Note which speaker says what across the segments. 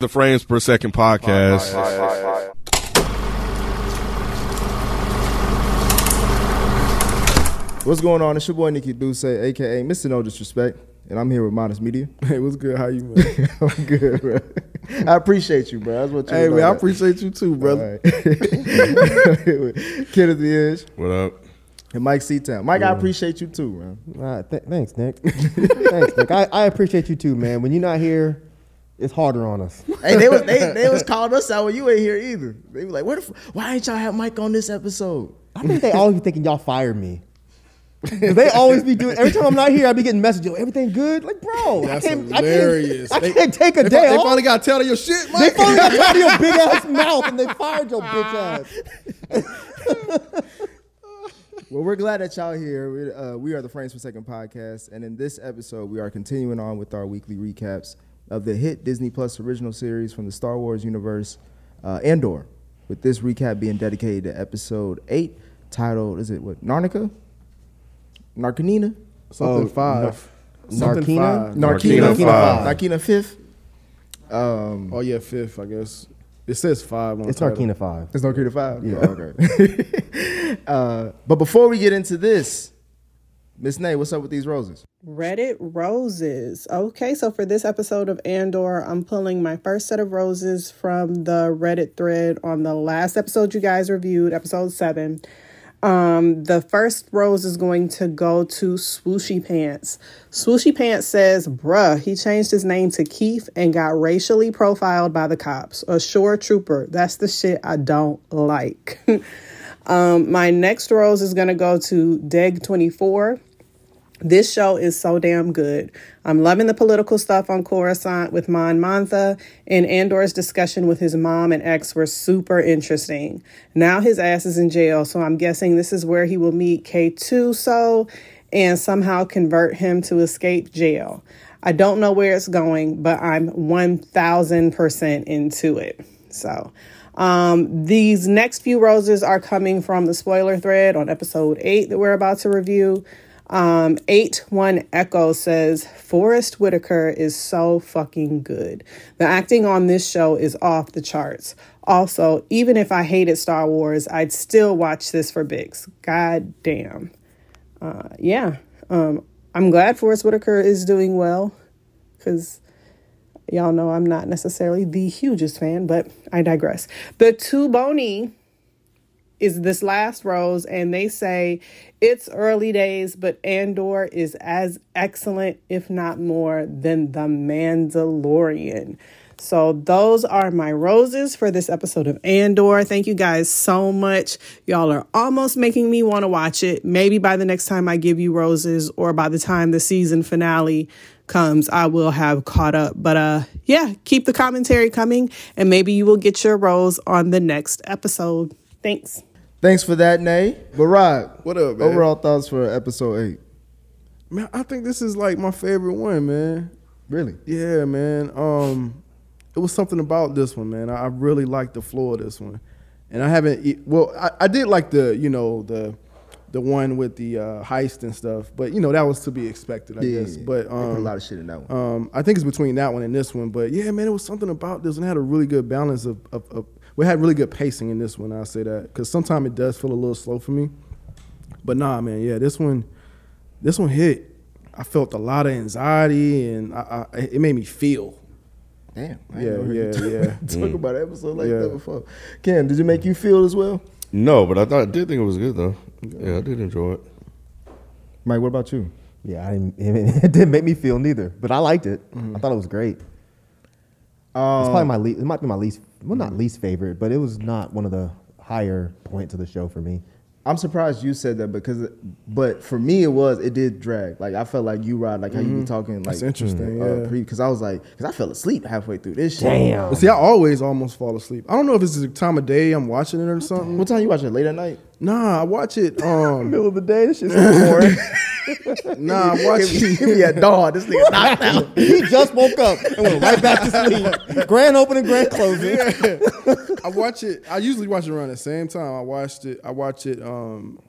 Speaker 1: The Frames Per Second podcast.
Speaker 2: What's going on? It's your boy Nikki Duce, aka Mr. No Disrespect, and I'm here with Modest Media.
Speaker 3: Hey, what's good? How you, man?
Speaker 2: I'm good, bro. I appreciate you, bro. That's what you.
Speaker 3: hey,
Speaker 2: know
Speaker 3: man, I
Speaker 2: that.
Speaker 3: appreciate you too,
Speaker 2: All
Speaker 3: brother.
Speaker 2: right. Kid of the Edge
Speaker 1: What up?
Speaker 2: and Mike Seatown. Mike, I appreciate you too, man.
Speaker 4: Uh, th- thanks, Nick. thanks, Nick. I, I appreciate you too, man. When you're not here, it's harder on us.
Speaker 2: Hey, they was they, they was calling us out when you ain't here either. They were like, "Where the f- why ain't y'all have Mike on this episode?"
Speaker 4: I think they always be thinking y'all fired me. 'Cause they always be doing. Every time I'm not here, I be getting messages. Yo, everything good? Like, bro,
Speaker 3: That's
Speaker 4: I can't,
Speaker 3: hilarious.
Speaker 4: I can't, I
Speaker 3: They-
Speaker 4: can't take a
Speaker 3: They,
Speaker 4: day
Speaker 3: fi- they
Speaker 4: off.
Speaker 3: finally got tired of your shit,
Speaker 4: they
Speaker 3: Mike.
Speaker 4: finally got out of your big ass mouth and they fired your bitch ass.
Speaker 2: Well, we're glad that y'all here. We, uh, we are the Frames Per Second podcast, and in this episode, we are continuing on with our weekly recaps of the hit Disney Plus original series from the Star Wars universe, uh, Andor. With this recap being dedicated to episode eight, titled is it what Narnica, Narcanina,
Speaker 3: Something five. Oh, Something
Speaker 4: Narkina?
Speaker 3: five.
Speaker 1: Narkina five.
Speaker 2: Narkina fifth. Um,
Speaker 3: Oh yeah, fifth, I guess. It says five on the
Speaker 4: It's
Speaker 3: title.
Speaker 4: Narkina 5.
Speaker 2: it's Narcanina five. Yeah. okay. uh, but before we get into this, Miss Nay, what's up with these roses?
Speaker 5: Reddit roses. Okay, so for this episode of Andor, I'm pulling my first set of roses from the Reddit thread on the last episode you guys reviewed, episode seven. Um, the first rose is going to go to Swooshy Pants. Swooshy Pants says, Bruh, he changed his name to Keith and got racially profiled by the cops. A shore trooper. That's the shit I don't like. um, my next rose is going to go to Deg24. This show is so damn good. I'm loving the political stuff on Coruscant with Mon Mantha, and Andor's discussion with his mom and ex were super interesting. Now his ass is in jail, so I'm guessing this is where he will meet K2 So and somehow convert him to escape jail. I don't know where it's going, but I'm 1000% into it. So, um, these next few roses are coming from the spoiler thread on episode 8 that we're about to review. Um, 81 Echo says, Forrest Whitaker is so fucking good. The acting on this show is off the charts. Also, even if I hated Star Wars, I'd still watch this for Bix. God damn. Uh, yeah. Um, I'm glad Forrest Whitaker is doing well because y'all know I'm not necessarily the hugest fan, but I digress. The two bony is this last rose, and they say it's early days, but Andor is as excellent, if not more, than The Mandalorian. So, those are my roses for this episode of Andor. Thank you guys so much. Y'all are almost making me want to watch it. Maybe by the next time I give you roses or by the time the season finale comes, I will have caught up. But uh yeah, keep the commentary coming and maybe you will get your rose on the next episode. Thanks.
Speaker 2: Thanks for that, Nay. But Rob,
Speaker 3: What up, man?
Speaker 2: Overall thoughts for episode eight.
Speaker 3: Man, I think this is like my favorite one, man.
Speaker 2: Really?
Speaker 3: Yeah, man. Um, it was something about this one, man. I, I really liked the flow of this one, and I haven't. e- Well, I, I did like the you know the the one with the uh, heist and stuff, but you know that was to be expected, I
Speaker 2: Yeah,
Speaker 3: guess.
Speaker 2: yeah,
Speaker 3: But
Speaker 2: they put
Speaker 3: um,
Speaker 2: a lot of shit in that one.
Speaker 3: Um, I think it's between that one and this one, but yeah, man, it was something about this one. It had a really good balance of, of, of we had really good pacing in this one. I'll say that because sometimes it does feel a little slow for me. But nah, man, yeah, this one, this one hit. I felt a lot of anxiety, and I, I, it made me feel.
Speaker 2: Damn. I ain't
Speaker 3: yeah,
Speaker 2: never
Speaker 3: yeah,
Speaker 2: heard you
Speaker 3: yeah.
Speaker 2: Talk about an episode like
Speaker 3: Yeah.
Speaker 2: that before. Ken, did it make you feel as well?
Speaker 1: No, but I thought I did think it was good though. Yeah, I did enjoy it.
Speaker 2: Mike, what about you?
Speaker 4: Yeah, I didn't, it didn't make me feel neither, but I liked it. I thought it was great. it's probably my least. It might be my least. Well, not least favorite, but it was not one of the higher points of the show for me.
Speaker 2: I'm surprised you said that because, but for me it was it did drag. Like I felt like you Rod, like how you be talking. Like
Speaker 3: That's interesting, yeah.
Speaker 2: Because I was like, because I fell asleep halfway through this shit.
Speaker 3: But see, I always almost fall asleep. I don't know if it's the time of day I'm watching it or something.
Speaker 2: What time you watch it? Late at night?
Speaker 3: Nah, I watch it. Um,
Speaker 4: Middle of the day, this shit's boring.
Speaker 3: nah, I watch
Speaker 2: Give me-
Speaker 3: it.
Speaker 2: give me a dog. This nigga knocked out.
Speaker 4: he just woke up and went right back to sleep. Grand opening, grand closing.
Speaker 3: I watch it. I usually watch it around the same time. I watched it. I watch it. Um,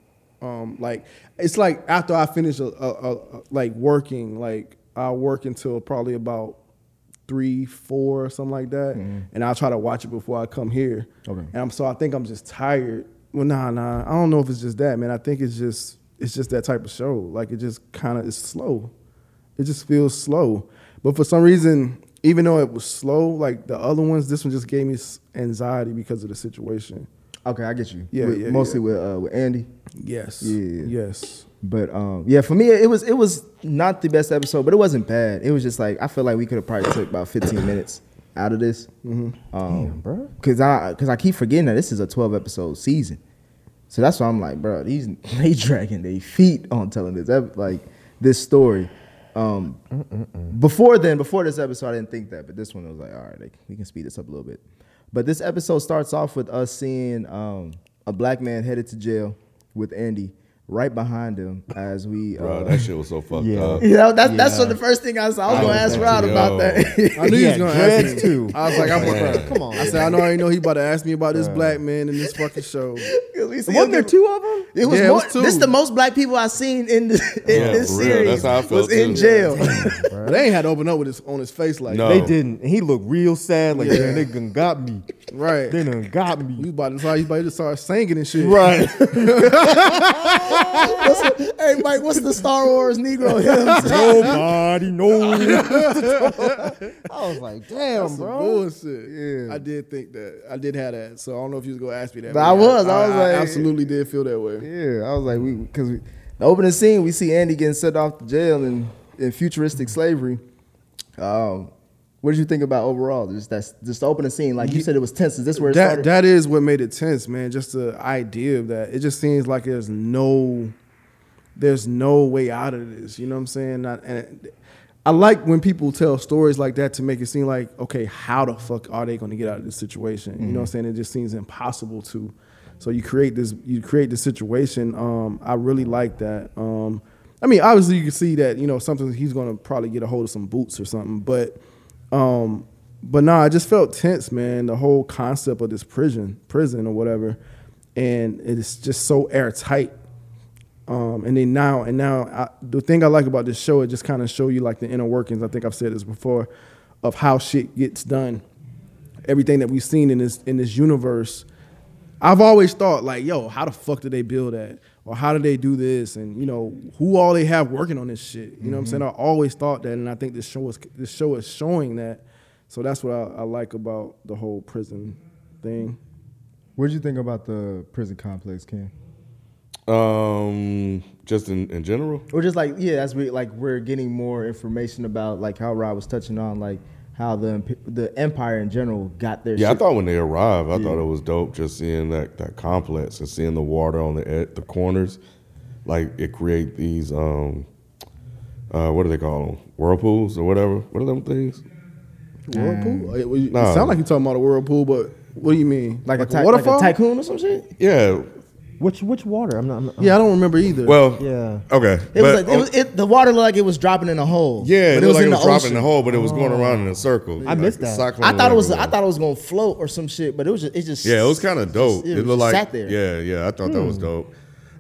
Speaker 3: um, like it's like after I finish a, a, a, a- like working. Like I work until probably about three, four, or something like that, and I'll try to watch it before I come here.
Speaker 2: Okay.
Speaker 3: And I'm so I think I'm just tired. Well, nah, nah. I don't know if it's just that, man. I think it's just it's just that type of show. Like it just kind of is slow. It just feels slow. But for some reason, even though it was slow, like the other ones, this one just gave me s- anxiety because of the situation.
Speaker 2: Okay, I get you.
Speaker 3: Yeah,
Speaker 2: With-
Speaker 3: yeah,
Speaker 2: mostly
Speaker 3: yeah.
Speaker 2: with uh, with Andy.
Speaker 3: Yes.
Speaker 2: Yeah.
Speaker 3: Yes.
Speaker 2: But um, yeah, for me it was it was not the best episode, but it wasn't bad. It was just like I feel like we could have probably took about 15 minutes out of this. Mm-hmm. Um,
Speaker 4: bro.
Speaker 2: Cause I cause I keep forgetting that this is a 12 episode season. So that's why I'm like, bro, these they dragging their feet on telling this ep- like this story. Um, before then, before this episode, I didn't think that, but this one I was like, all right, like, we can speed this up a little bit. But this episode starts off with us seeing um, a black man headed to jail with Andy right behind him as we. Uh,
Speaker 1: Bro, that shit was so fucked
Speaker 4: Yeah.
Speaker 1: up.
Speaker 2: you know, that's that's what the first thing I saw. I was gonna ask Rod about that.
Speaker 3: I knew he was
Speaker 4: Yeah,
Speaker 3: gonna ask me.
Speaker 4: dreads too.
Speaker 3: I was like, I'm gonna
Speaker 1: Man.
Speaker 4: Come on.
Speaker 3: I said, I know, I already know he about to ask me about this black man in this fucking show.
Speaker 2: 'Cause we see
Speaker 4: Wasn't
Speaker 2: him-
Speaker 4: there two of them?
Speaker 2: It was
Speaker 3: Yeah, it
Speaker 2: more.
Speaker 3: was two.
Speaker 2: This is the most black people I've seen in, the, in
Speaker 1: Yeah,
Speaker 2: this
Speaker 1: for real.
Speaker 2: series.
Speaker 1: That's how I
Speaker 2: was
Speaker 1: felt,
Speaker 2: in
Speaker 1: too.
Speaker 2: jail.
Speaker 3: But they ain't had to open up with his on his face like
Speaker 1: No.
Speaker 3: that.
Speaker 4: They didn't. And he looked real sad. Like, man, they done got me.
Speaker 3: Right.
Speaker 4: They done got
Speaker 3: You
Speaker 4: me.
Speaker 3: about to start, you about to start singing and shit.
Speaker 4: Right.
Speaker 2: hey Mike, what's the Star Wars Negro hymns?
Speaker 4: Nobody knows. I was like, damn,
Speaker 3: Some
Speaker 4: bro.
Speaker 3: bullshit. Yeah. I did think that. I did have that. So I don't know if you was gonna ask me that.
Speaker 2: But I was. I was like-
Speaker 3: absolutely did feel that way.
Speaker 2: yeah, I was like, we because we, the opening scene we see Andy getting sent off to jail in, in futuristic slavery. Um, what did you think about overall? Just that's just the opening scene, like you said, it was tense. Is this where it
Speaker 3: That
Speaker 2: started?
Speaker 3: that is what made it tense, man. Just the idea of that. It just seems like there's no, there's no way out of this. You know what I'm saying? Not, and it- I like when people tell stories like that to make it seem like, okay, how the fuck are they going to get out of this situation? You know
Speaker 2: Mm-hmm.
Speaker 3: what I'm saying? It just seems impossible to. So you create this, you create this situation. Um, I really like that. Um, I mean, obviously you can see that you know something he's going to probably get a hold of some boots or something, but. Um, but nah, I just felt tense, man. The whole concept of this prison, prison or whatever, and it's just so airtight. Um, and then now, and now, I, the thing I like about this show, it just kind of show you like the inner workings. I think I've said this before, of how shit gets done. Everything that we've seen in this in this universe, I've always thought like, yo, how the fuck did they build that? Or how did they do this? And you know, who all they have working on this shit? You know what I'm saying? I always thought that, and I think this show is this show is showing that. So that's what I, I like about the whole prison thing.
Speaker 2: what did you think about the prison complex, Ken?
Speaker 1: Um, just in, in general.
Speaker 2: Or just like yeah, as we like we're getting more information about like how Rod was touching on like how the imp- the empire in general got their
Speaker 1: Yeah, I
Speaker 2: shit.
Speaker 1: thought when they arrived, I thought it was dope just seeing that, that complex and seeing the water on the ed- the corners. Like it create these um, uh, what do they call them? Whirlpools or whatever. What are them things?
Speaker 3: Whirlpool? It, it
Speaker 1: Mm. Nah.
Speaker 3: sound like you're talking about a whirlpool, but what do you mean?
Speaker 2: like, a, ty-
Speaker 3: waterfall?
Speaker 2: like a tycoon or some shit.
Speaker 1: Yeah.
Speaker 4: Which which water? I'm not. I'm not
Speaker 3: yeah, I don't remember either.
Speaker 1: Well.
Speaker 4: Yeah.
Speaker 1: Okay.
Speaker 2: It was
Speaker 1: but
Speaker 2: like it
Speaker 1: on-
Speaker 2: was, it, the water looked like it was dropping in a hole.
Speaker 1: yeah,
Speaker 2: but
Speaker 1: it, looked like it was dropping
Speaker 2: ocean.
Speaker 1: in the hole, but it was going around in a circle.
Speaker 4: I missed that.
Speaker 2: I thought it was I thought it was gonna float or some shit, but it was just it just
Speaker 1: Yeah, it was kind of dope.
Speaker 2: it
Speaker 1: It,
Speaker 2: was
Speaker 1: looked
Speaker 2: just
Speaker 1: like
Speaker 2: sat there. Hmm.
Speaker 1: yeah, yeah. I thought that was dope.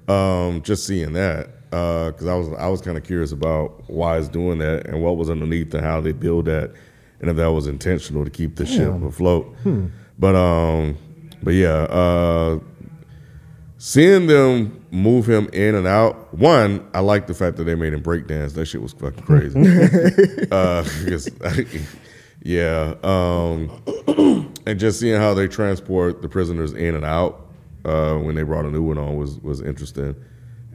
Speaker 1: Um, just seeing that because I was I was kind of curious about why it's doing that and what was underneath and how they build that and if that was intentional to keep the ship afloat.
Speaker 2: Hmm.
Speaker 1: But um, but yeah, uh, seeing them move him in and out. One, I like the fact that they made him breakdance. That shit was fucking crazy. uh, because, yeah. Um, and just seeing how they transport the prisoners in and out uh, when they brought a new one on was was interesting,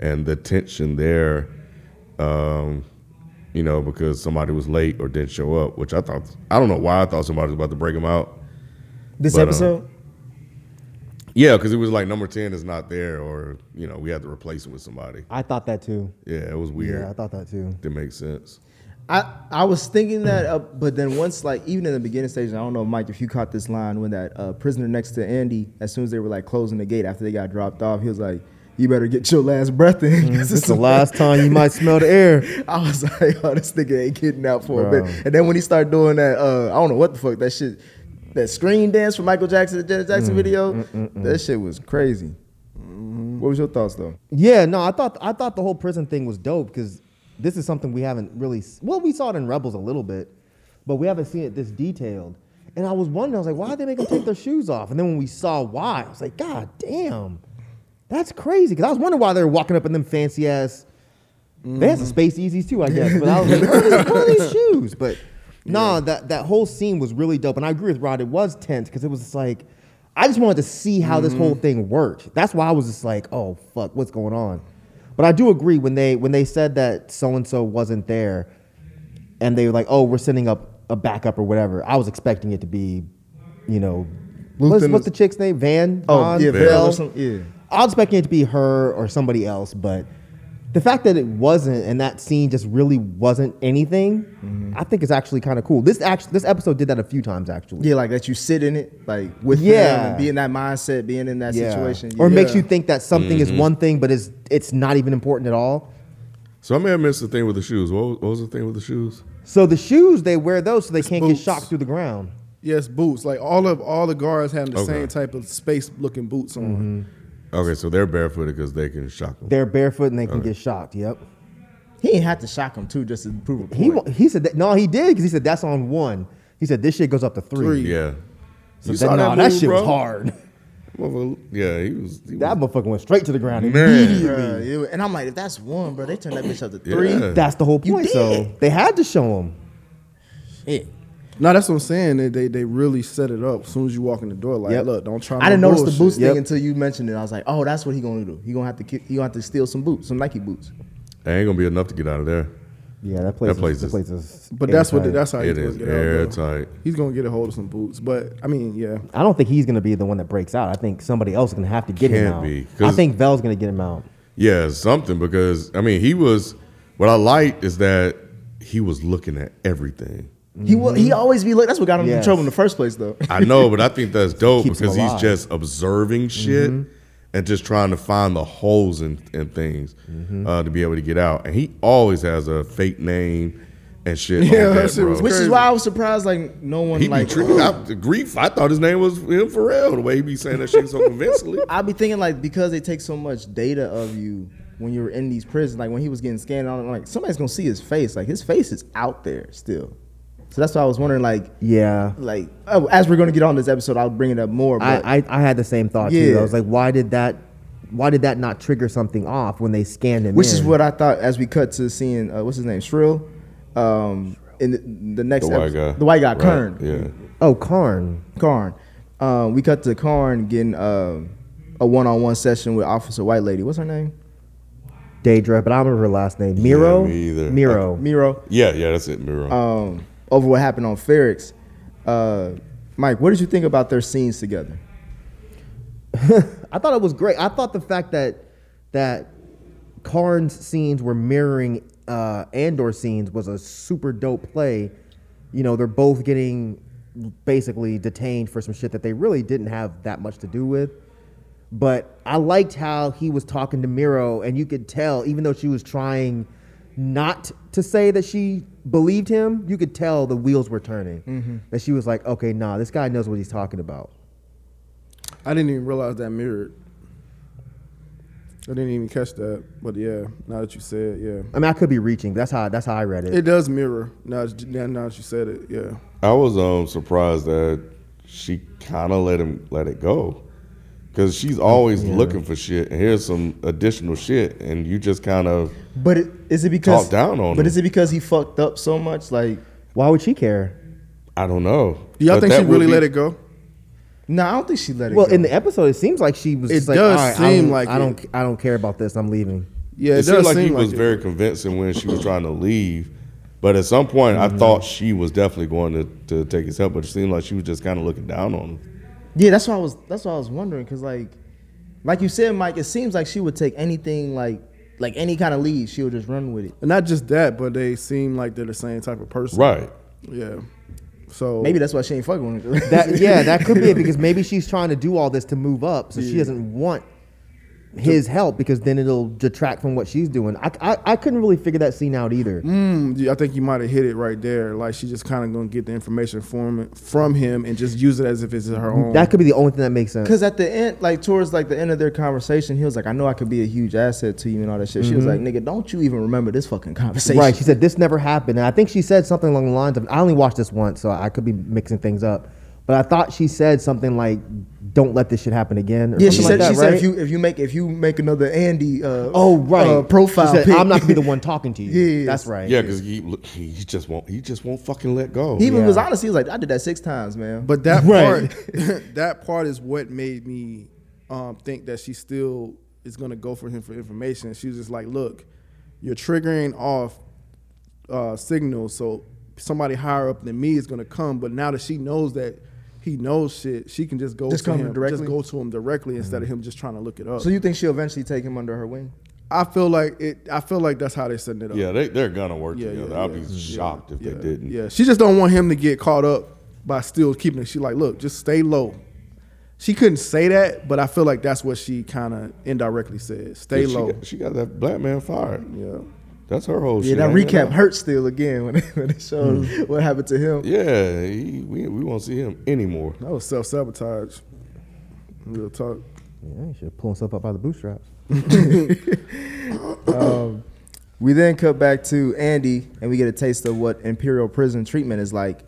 Speaker 1: and the tension there, um, you know, because somebody was late or didn't show up, which I thought I don't know why I thought somebody was about to break them out.
Speaker 2: This
Speaker 1: But, um,
Speaker 2: episode,
Speaker 1: Yeah, because it was like number ten is not there, or you know, we had to replace it with somebody.
Speaker 4: I thought that too.
Speaker 1: Yeah, it was weird.
Speaker 4: Yeah, I thought that too.
Speaker 1: Didn't make sense.
Speaker 2: I I was thinking that, uh, but then once like even in the beginning stage, I don't know, Mike, if you caught this line when that uh, prisoner next to Andy, as soon as they were like closing the gate after they got dropped off, he was like, "You better get your last breath in." 'cause
Speaker 4: It's Mm-hmm. the last time you might smell the air.
Speaker 2: I was like, "Oh, this nigga ain't getting out for a
Speaker 4: Bro.
Speaker 2: bit." And then when he started doing that, uh, I don't know what the fuck that shit, that screen dance from Michael Jackson, the Janet Jackson
Speaker 4: Mm-hmm.
Speaker 2: video, that shit was crazy.
Speaker 4: Mm-hmm.
Speaker 2: What was your thoughts though?
Speaker 4: Yeah, no, I thought I thought the whole prison thing was dope because this is something we haven't really. s- Well, we saw it in Rebels a little bit, but we haven't seen it this detailed. And I was wondering, I was like, why did they make them take their shoes off? And then when we saw why, I was like, God damn, that's crazy. Because I was wondering why they were walking up in them fancy ass. They had some space easies too, I guess. But I was like, what are these shoes? But nah, that that whole scene was really dope, and I agree with Rod. It was tense because it was just like I just wanted to see how this whole thing worked. That's why I was just like, oh fuck, what's going on? But I do agree when they when they said that so and so wasn't there, and they were like, oh, we're sending up a backup or whatever. I was expecting it to be, you know, what's,
Speaker 1: Lieutenant-
Speaker 4: what's the chick's name? Van.
Speaker 2: Oh,
Speaker 4: Von?
Speaker 2: yeah,
Speaker 1: Val
Speaker 2: or
Speaker 4: Val?
Speaker 2: some- yeah.
Speaker 4: I was expecting it to be her or somebody else, but the fact that it wasn't and that scene just really wasn't anything,
Speaker 2: Mm-hmm.
Speaker 4: I think is actually kind of cool. This actually, this episode did that a few times actually.
Speaker 2: Yeah, like that you sit in it, like with yeah.
Speaker 4: Yeah.
Speaker 2: them and be in that mindset, being in that situation.
Speaker 4: or
Speaker 2: Yeah.
Speaker 4: makes you think that something is one thing, but it's it's not even important at all.
Speaker 1: So I may have missed the thing with the shoes. What was, what was the thing with the shoes?
Speaker 4: So the shoes they wear those so they can't
Speaker 3: boots.
Speaker 4: get shocked through the ground.
Speaker 3: Yes, boots. Like all of all the guards having the
Speaker 1: Okay.
Speaker 3: same type of space looking boots on.
Speaker 2: Mm-hmm.
Speaker 1: Okay, so they're barefooted because they can shock them.
Speaker 4: They're barefoot and they can get shocked. Yep.
Speaker 2: He ain't have to shock him too, just to prove a point.
Speaker 4: He wa- he said that, no, he did because he said that's on one. He said this shit goes up to three.
Speaker 3: Three.
Speaker 1: yeah.
Speaker 4: So that, nah, that shit was hard.
Speaker 1: Motherfucker- Yeah, he was. He
Speaker 4: That
Speaker 1: was
Speaker 4: motherfucker went straight to the ground.
Speaker 1: man.
Speaker 2: Bruh, it- and I'm like, if that's one, bro, they turn that bitch up to
Speaker 1: Yeah.
Speaker 2: three.
Speaker 4: That's the whole
Speaker 2: You
Speaker 4: point. So
Speaker 2: did.
Speaker 4: they had to show him.
Speaker 2: Shit.
Speaker 3: No, that's what I'm saying. They, they they really set it up as soon as you walk in the door. Like,
Speaker 4: Yep.
Speaker 3: look, don't try.
Speaker 2: I didn't
Speaker 3: no
Speaker 2: notice the boots
Speaker 3: bullshit.
Speaker 2: thing
Speaker 4: Yep.
Speaker 2: until you mentioned it. I was like, oh, that's what he gonna do. He gonna have to ki- he gonna have to steal some boots, some Nike boots.
Speaker 1: That ain't gonna be enough to get out of there.
Speaker 4: Yeah, that place.
Speaker 1: That place
Speaker 4: is, that
Speaker 1: is-
Speaker 4: place is
Speaker 3: But that's what
Speaker 4: airtight.
Speaker 3: that's how
Speaker 1: It
Speaker 3: he's Oh, gonna
Speaker 1: is
Speaker 3: get out. though.
Speaker 1: airtight.
Speaker 3: He's gonna get a hold of some boots. But I mean, yeah,
Speaker 4: I don't think he's gonna be the one that breaks out. I think somebody else is gonna have to get him
Speaker 1: Can't
Speaker 4: out.
Speaker 1: be,
Speaker 4: I
Speaker 1: 'cause-
Speaker 4: think Vel's gonna get him out.
Speaker 1: Yeah, something because I mean he was. What I liked is that he was looking at everything.
Speaker 2: He will he always be like that's what got him in
Speaker 4: Yes.
Speaker 2: trouble in the first place though.
Speaker 1: I know, but I think that's dope
Speaker 4: Keeps him
Speaker 1: because he's
Speaker 4: alive.
Speaker 1: just observing shit
Speaker 3: Mm-hmm.
Speaker 1: and just trying to find the holes in, in things
Speaker 3: Mm-hmm.
Speaker 1: uh, to be able to get out. And he always has a fake name and shit.
Speaker 3: Yeah,
Speaker 1: like
Speaker 3: that
Speaker 1: that,
Speaker 3: shit
Speaker 1: bro.
Speaker 3: was
Speaker 2: Which is
Speaker 3: Crazy. oh.
Speaker 2: why I was surprised like no one
Speaker 1: He
Speaker 2: like
Speaker 1: be tri- I, the grief. I thought his name was him for real. The way he be saying that shit so convincingly.
Speaker 2: I'll be thinking like because they take so much data of you when you're in these prisons, like when he was getting scanned, I'm like somebody's gonna see his face. Like his face is out there still. So that's why I was wondering like
Speaker 4: Yeah,
Speaker 2: like oh, as we're gonna get on this episode, I'll bring it up more. But
Speaker 4: I, I I had the same thought too.
Speaker 2: Yeah.
Speaker 4: I was like, why did that? Why did that not trigger something off when they scanned him?
Speaker 2: which is
Speaker 4: in?
Speaker 2: what I thought as we cut to seeing uh, what's his name Shrill, um, in the, the next
Speaker 1: The white
Speaker 2: episode-
Speaker 1: guy.
Speaker 2: the white guy
Speaker 1: Right,
Speaker 2: Kern,
Speaker 1: Yeah.
Speaker 4: Oh, Karn.
Speaker 2: Karn. Um, we cut to Karn getting um, a one-on-one session with Officer White Lady. What's her name?
Speaker 4: Daedra, but I don't remember her last name. Miro.
Speaker 1: me either.
Speaker 4: Miro.
Speaker 2: Miro.
Speaker 1: Yeah, yeah, that's it, Miro.
Speaker 2: um, over what happened on Ferrex. Uh, Mike, what did you think about their scenes together?
Speaker 4: I thought it was great. I thought the fact that that Karn's scenes were mirroring uh, Andor scenes was a super dope play. You know, they're both getting basically detained for some shit that they really didn't have that much to do with. But I liked how he was talking to Miro, and you could tell, even though she was trying not to say that she believed him, you could tell the wheels were turning. That she was like, okay, nah, this guy knows what he's talking about.
Speaker 3: I didn't even realize that mirrored. I didn't even catch that. But yeah, now that you said, yeah,
Speaker 4: I mean, I could be reaching. That's how that's how I read it.
Speaker 3: it does mirror. Now that you- now now that you said it, yeah.
Speaker 1: I was um surprised that she kind of let him let it go, because
Speaker 3: Oh,
Speaker 1: she's always looking for shit, and here's some additional shit, and you just kind of
Speaker 2: But it, is it because
Speaker 1: Talk down on
Speaker 2: But
Speaker 1: him.
Speaker 2: is it because he fucked up so much? Like,
Speaker 4: Why would she care?
Speaker 1: I don't know.
Speaker 3: Do y'all
Speaker 1: But
Speaker 3: think she
Speaker 1: that would
Speaker 3: really
Speaker 1: be-
Speaker 3: let it go?
Speaker 2: no, I don't think she let it.
Speaker 4: Well,
Speaker 2: go.
Speaker 4: in the episode, it seems like she was.
Speaker 3: It
Speaker 4: just like,
Speaker 3: does
Speaker 4: All right,
Speaker 3: seem
Speaker 4: I don't,
Speaker 3: like
Speaker 4: I don't.
Speaker 3: it.
Speaker 4: I don't care about this. I'm leaving.
Speaker 3: Yeah,
Speaker 1: It,
Speaker 3: it, does
Speaker 1: seemed like
Speaker 3: seem
Speaker 1: he
Speaker 3: like
Speaker 1: was
Speaker 3: it.
Speaker 1: very convincing when she was trying to leave, but at some point
Speaker 3: Mm-hmm.
Speaker 1: I thought she was definitely going to, to take his help, but it seemed like she was just kind of looking down on him.
Speaker 2: yeah, that's what I was. That's what I was wondering because, like, like you said, Mike, it seems like she would take anything, like, like any kind of lead, she would just run with it.
Speaker 3: And not just that, but they seem like they're the same type of person.
Speaker 1: Right.
Speaker 3: Yeah. So
Speaker 2: Maybe that's why she ain't fucking with him.
Speaker 4: That yeah, that could be it because maybe she's trying to do all this to move up, so she doesn't want his help because then it'll detract from what she's doing. I, I, I couldn't really figure that scene out either.
Speaker 3: Mm, yeah, I think you might have hit it right there. Like she's just kind of gonna get the information from from him and just use it as if it's her own.
Speaker 4: That could be the only thing that makes sense.
Speaker 2: Because at the end, like towards like the end of their conversation, he was like, "I know I could be a huge asset to you and all that shit." She was like, "Nigga, don't you even remember this fucking conversation?"
Speaker 4: Mm-hmm. Right. She said this never happened, and I think she said something along the lines of, "I only watched this once, so I could be mixing things up." But I thought she said something like, "Don't let this shit happen again." Or
Speaker 2: Yeah, she
Speaker 4: something
Speaker 2: said.
Speaker 4: like
Speaker 2: she
Speaker 4: that,
Speaker 2: said
Speaker 4: right?
Speaker 2: if you if you make if you make another Andy. Uh,
Speaker 4: Oh right,
Speaker 2: uh, profile.
Speaker 4: She said,
Speaker 2: pic."
Speaker 4: I'm not gonna be the one talking to you.
Speaker 2: Yes.
Speaker 4: That's right.
Speaker 1: Yeah, because he he just won't he just won't fucking let go.
Speaker 2: He even
Speaker 4: Yeah.
Speaker 2: was honest. He was like, "I did that six times, man."
Speaker 3: But that
Speaker 4: Right.
Speaker 3: part, that part is what made me um, think that she still is gonna go for him for information. She was just like, "Look, you're triggering off uh, signals, so somebody higher up than me is gonna come. But now that she knows that he knows shit, she can just go
Speaker 2: Just
Speaker 3: to
Speaker 2: come
Speaker 3: him,
Speaker 2: directly?
Speaker 3: just go to him directly instead of him just trying to look it up.
Speaker 2: so you think she'll eventually take him under her wing?
Speaker 3: I feel like it. I feel like that's how they're setting it up.
Speaker 1: Yeah, they they're gonna work
Speaker 3: Yeah,
Speaker 1: together.
Speaker 3: yeah,
Speaker 1: I'd
Speaker 3: yeah.
Speaker 1: be shocked if
Speaker 3: yeah,
Speaker 1: they didn't.
Speaker 3: Yeah, she just don't want him to get caught up by still keeping it. She like, look, just stay low. She couldn't say that, but I feel like that's what she kind of indirectly said. Stay
Speaker 1: she,
Speaker 3: low.
Speaker 1: Got, she got that black man fired.
Speaker 3: yeah.
Speaker 1: That's her whole
Speaker 2: Yeah,
Speaker 1: shit.
Speaker 2: that
Speaker 1: ain't
Speaker 2: recap
Speaker 1: it?
Speaker 2: hurt still again when they, when they showed what happened to him.
Speaker 1: Yeah, he, we we won't see him anymore.
Speaker 3: That was self sabotage. Real talk.
Speaker 4: Yeah, she should pull himself up by the bootstraps.
Speaker 2: We then cut back to Andy, and we get a taste of what Imperial prison treatment is like.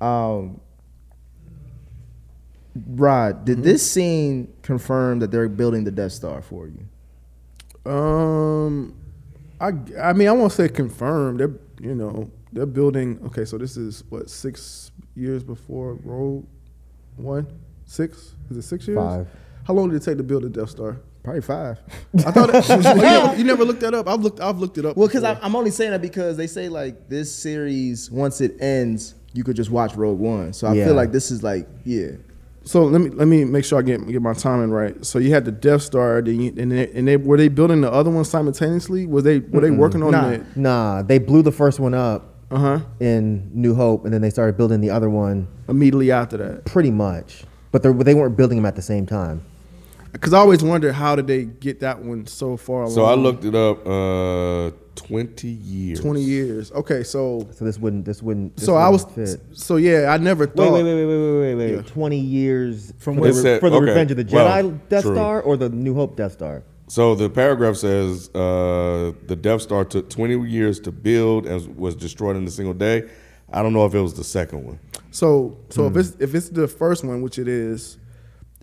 Speaker 2: Um, Rod,
Speaker 3: Mm-hmm.
Speaker 2: did this scene confirm that they're building the Death Star for you?
Speaker 3: Um, I I mean I won't say confirmed. They're you know they're building. Okay, so this is what six years before Rogue One. Six is it six years?
Speaker 4: Five.
Speaker 3: How long did it take to build a Death Star?
Speaker 2: Probably five.
Speaker 3: I thought it, you, never, you never looked that up. I've looked. I've looked it up.
Speaker 2: well, because
Speaker 3: before.
Speaker 2: I'm only saying that because they say like this series once it ends, you could just watch Rogue One. So I
Speaker 4: Yeah.
Speaker 2: feel like this is like yeah,
Speaker 3: so let me let me make sure I get get my timing right. So you had the Death Star, then you, and they, and they were they building the other one simultaneously? Was they were they working on
Speaker 2: Nah.
Speaker 3: it?
Speaker 4: Nah, they blew the first one up
Speaker 3: Uh huh.
Speaker 4: in New Hope, and then they started building the other one
Speaker 3: Immediately after that,
Speaker 4: pretty much, but they're- they weren't building them at the same time.
Speaker 3: because I always wondered how did they get that one so far along?
Speaker 1: So I looked it up. Uh, twenty years.
Speaker 3: twenty years. Okay, so
Speaker 4: So this wouldn't. This wouldn't. this
Speaker 3: so I was
Speaker 4: wouldn't fit.
Speaker 3: so yeah. I never
Speaker 4: Wait,
Speaker 3: thought.
Speaker 4: wait, wait, wait, wait, wait, wait, wait.
Speaker 3: Yeah.
Speaker 4: Twenty years from
Speaker 1: where-
Speaker 4: for the,
Speaker 1: They said-
Speaker 4: for the
Speaker 1: okay,
Speaker 4: Revenge of the Jedi
Speaker 1: well,
Speaker 4: Death
Speaker 1: true.
Speaker 4: Star or the New Hope Death Star.
Speaker 1: So the paragraph says uh, the Death Star took 20 years to build and was destroyed in a single day. I don't know if it was the second one.
Speaker 3: So so
Speaker 2: Hmm.
Speaker 3: if it's if it's the first one, which it is,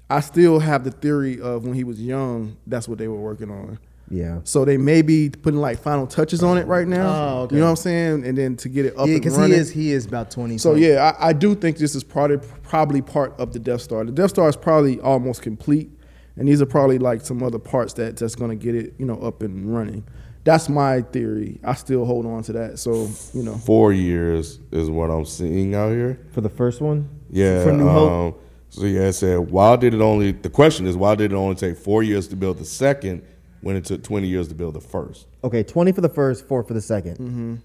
Speaker 3: I still have the theory of when he was young. That's what they were working on.
Speaker 4: Yeah.
Speaker 3: So they may be putting like final touches on it right now.
Speaker 2: Oh, okay.
Speaker 3: You know what I'm saying? And then to get it up
Speaker 2: yeah,
Speaker 3: and
Speaker 2: because he
Speaker 3: running.
Speaker 2: is he is about twenty.
Speaker 3: so yeah, I, I do think this is probably probably part of the Death Star. The Death Star is probably almost complete, and these are probably like some other parts that that's going to get it you know up and running. That's my theory. I still hold on to that. So you know,
Speaker 1: Four years is what I'm seeing out here.
Speaker 4: For the first one,
Speaker 1: Yeah.
Speaker 2: For New Hope?
Speaker 1: um, So yeah, it said why did it only? The question is why did it only take four years to build the second when it took 20 years to build the first?
Speaker 4: okay, twenty for the first, four for the 2nd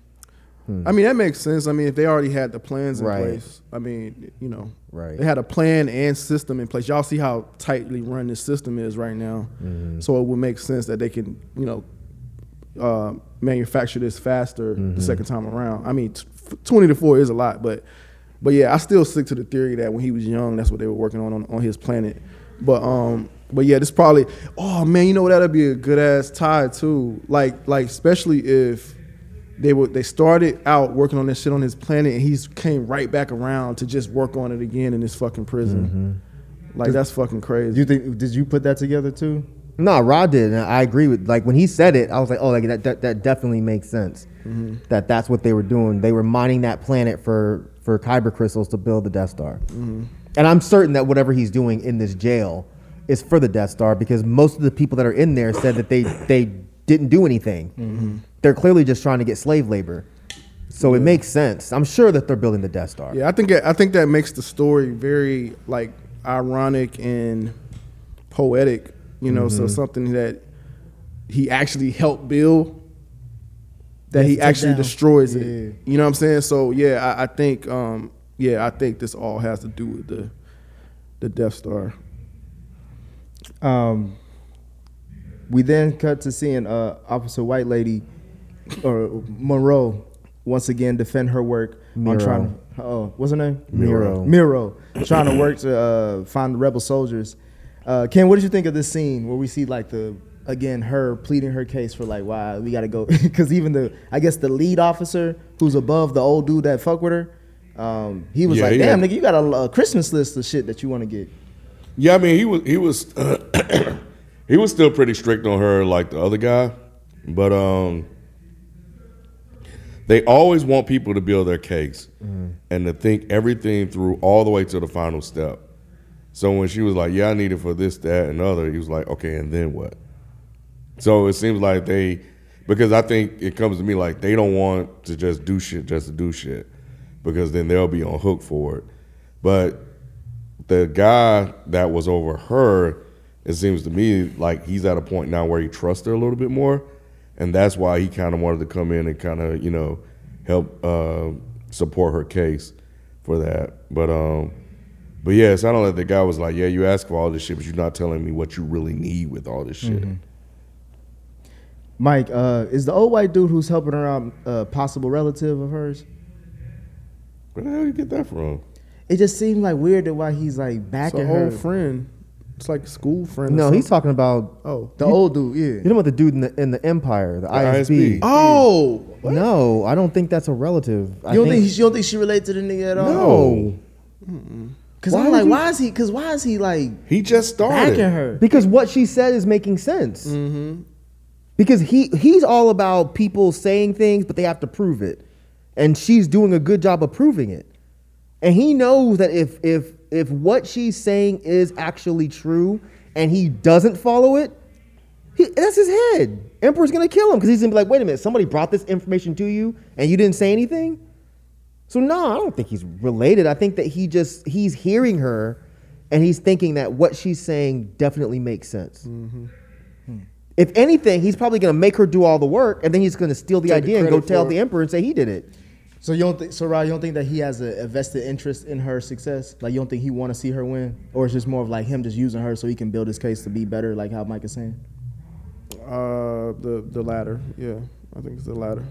Speaker 3: I mean that makes sense. I mean if they already had the plans in
Speaker 4: Mm. Right.
Speaker 3: place, I mean you know,
Speaker 4: Right.
Speaker 3: They had a plan and system in place. Y'all see how tightly run this system is right now,
Speaker 4: Mm-hmm.
Speaker 3: so it would make sense that they can you know uh, manufacture this faster
Speaker 4: Mm-hmm.
Speaker 3: the second time around. I mean t- f- twenty to four is a lot, but but yeah, I still stick to the theory that when he was young, that's what they were working on on, on his planet. But um, but yeah, this probably. Oh man, you know what? That'd be a good ass tie too. Like like especially if they were they started out working on this shit on his planet and he's came right back around to just work on it again in this fucking prison. Like that's fucking crazy.
Speaker 2: Mm-hmm. you think did you put that together too?
Speaker 4: No, Rod did, and I agree with like when he said it. I was like, oh, like that that, that definitely makes sense.
Speaker 3: Mm-hmm.
Speaker 4: That that's what they were doing. They were mining that planet for for kyber crystals to build the Death Star.
Speaker 3: Mm-hmm.
Speaker 4: And I'm certain that whatever he's doing in this jail is for the Death Star because most of the people that are in there said that they they didn't do anything.
Speaker 3: Mm-hmm.
Speaker 4: They're clearly just trying to get slave labor. So it makes sense. I'm sure that they're building the Death Star.
Speaker 3: yeah, I think it, I think that makes the story very like ironic and poetic, you know,
Speaker 2: Mm-hmm.
Speaker 3: so something that he actually helped build that he
Speaker 2: take
Speaker 3: actually
Speaker 2: down.
Speaker 3: destroys
Speaker 2: Yeah.
Speaker 3: it. You know what I'm saying? So yeah, I, I think um yeah, I think this all has to do with the the Death Star.
Speaker 2: Um, We then cut to seeing uh, Officer White Lady or Monroe once again defend her work
Speaker 4: Miro.
Speaker 2: on trying. Oh, what's her name?
Speaker 4: Miro.
Speaker 2: Miro trying to work to uh, find the rebel soldiers. Uh, Ken, what did you think of this scene where we see like the again her pleading her case for like why we got to go because even the I guess the lead officer who's above the old dude that fuck with her. Um, he was
Speaker 1: Yeah,
Speaker 2: like,
Speaker 1: he
Speaker 2: "Damn,
Speaker 1: had-
Speaker 2: nigga, you got a, a Christmas list of shit that you want to get."
Speaker 1: Yeah, I mean, he was he was he was still pretty strict on her, like the other guy. But um, they always want people to build their cakes and to think everything through all the way to the final step. So when she was like, "Yeah, I need it for this, that, and other," he was like, "Okay, and then what?" So it seems like they, because I think it comes to me like they don't want to just do shit just to do shit, because then they'll be on hook for it. But the guy that was over her, it seems to me like he's at a point now where he trusts her a little bit more, and that's why he kind of wanted to come in and kind of you know help uh, support her case for that. But um, but yeah, it sounded like the guy was like, yeah, you ask for all this shit, but you're not telling me what you really need with all this shit.
Speaker 2: Mike, uh, is the old white dude who's helping her out a possible relative of hers?
Speaker 1: Where the hell you get that from?
Speaker 2: It just seemed like weird that why he's like
Speaker 3: It's
Speaker 2: backing
Speaker 3: an
Speaker 2: her.
Speaker 3: old friend. It's like a school friend. or
Speaker 4: No, he's
Speaker 3: something.
Speaker 4: talking about
Speaker 3: Oh.
Speaker 2: The old dude, yeah.
Speaker 4: you know what the dude in the in the Empire, the, ISB.
Speaker 1: ISB.
Speaker 3: Oh.
Speaker 4: No, I don't think that's a relative. I
Speaker 2: you don't think, he, you don't think she related to the nigga at all?
Speaker 4: no,
Speaker 2: Cause I'm like, why is he? Cause why is he like
Speaker 1: He just started.
Speaker 2: backing her?
Speaker 4: because what she said is making sense.
Speaker 2: Mm-hmm.
Speaker 4: Because he he's all about people saying things, but they have to prove it, and she's doing a good job of proving it. And he knows that if if if what she's saying is actually true, and he doesn't follow it, he, that's his head. Emperor's gonna kill him because he's gonna be like, wait a minute, somebody brought this information to you, and you didn't say anything. So no, I don't think he's related. I think that he just he's hearing her and he's thinking that what she's saying definitely makes sense.
Speaker 2: Mm-hmm. Hmm.
Speaker 4: If anything, he's probably going to make her do all the work and then he's going to steal the
Speaker 3: Take the
Speaker 4: idea and go
Speaker 3: credit
Speaker 4: tell
Speaker 3: for
Speaker 4: the
Speaker 3: it.
Speaker 4: emperor and say he did it.
Speaker 2: So you don't think? So Rod, you don't think that he has a, a vested interest in her success? Like you don't think he want to see her win, or it's just more of like him just using her so he can build his case to be better, like how Mike is saying.
Speaker 3: Uh, the the latter. Yeah, I think it's the latter.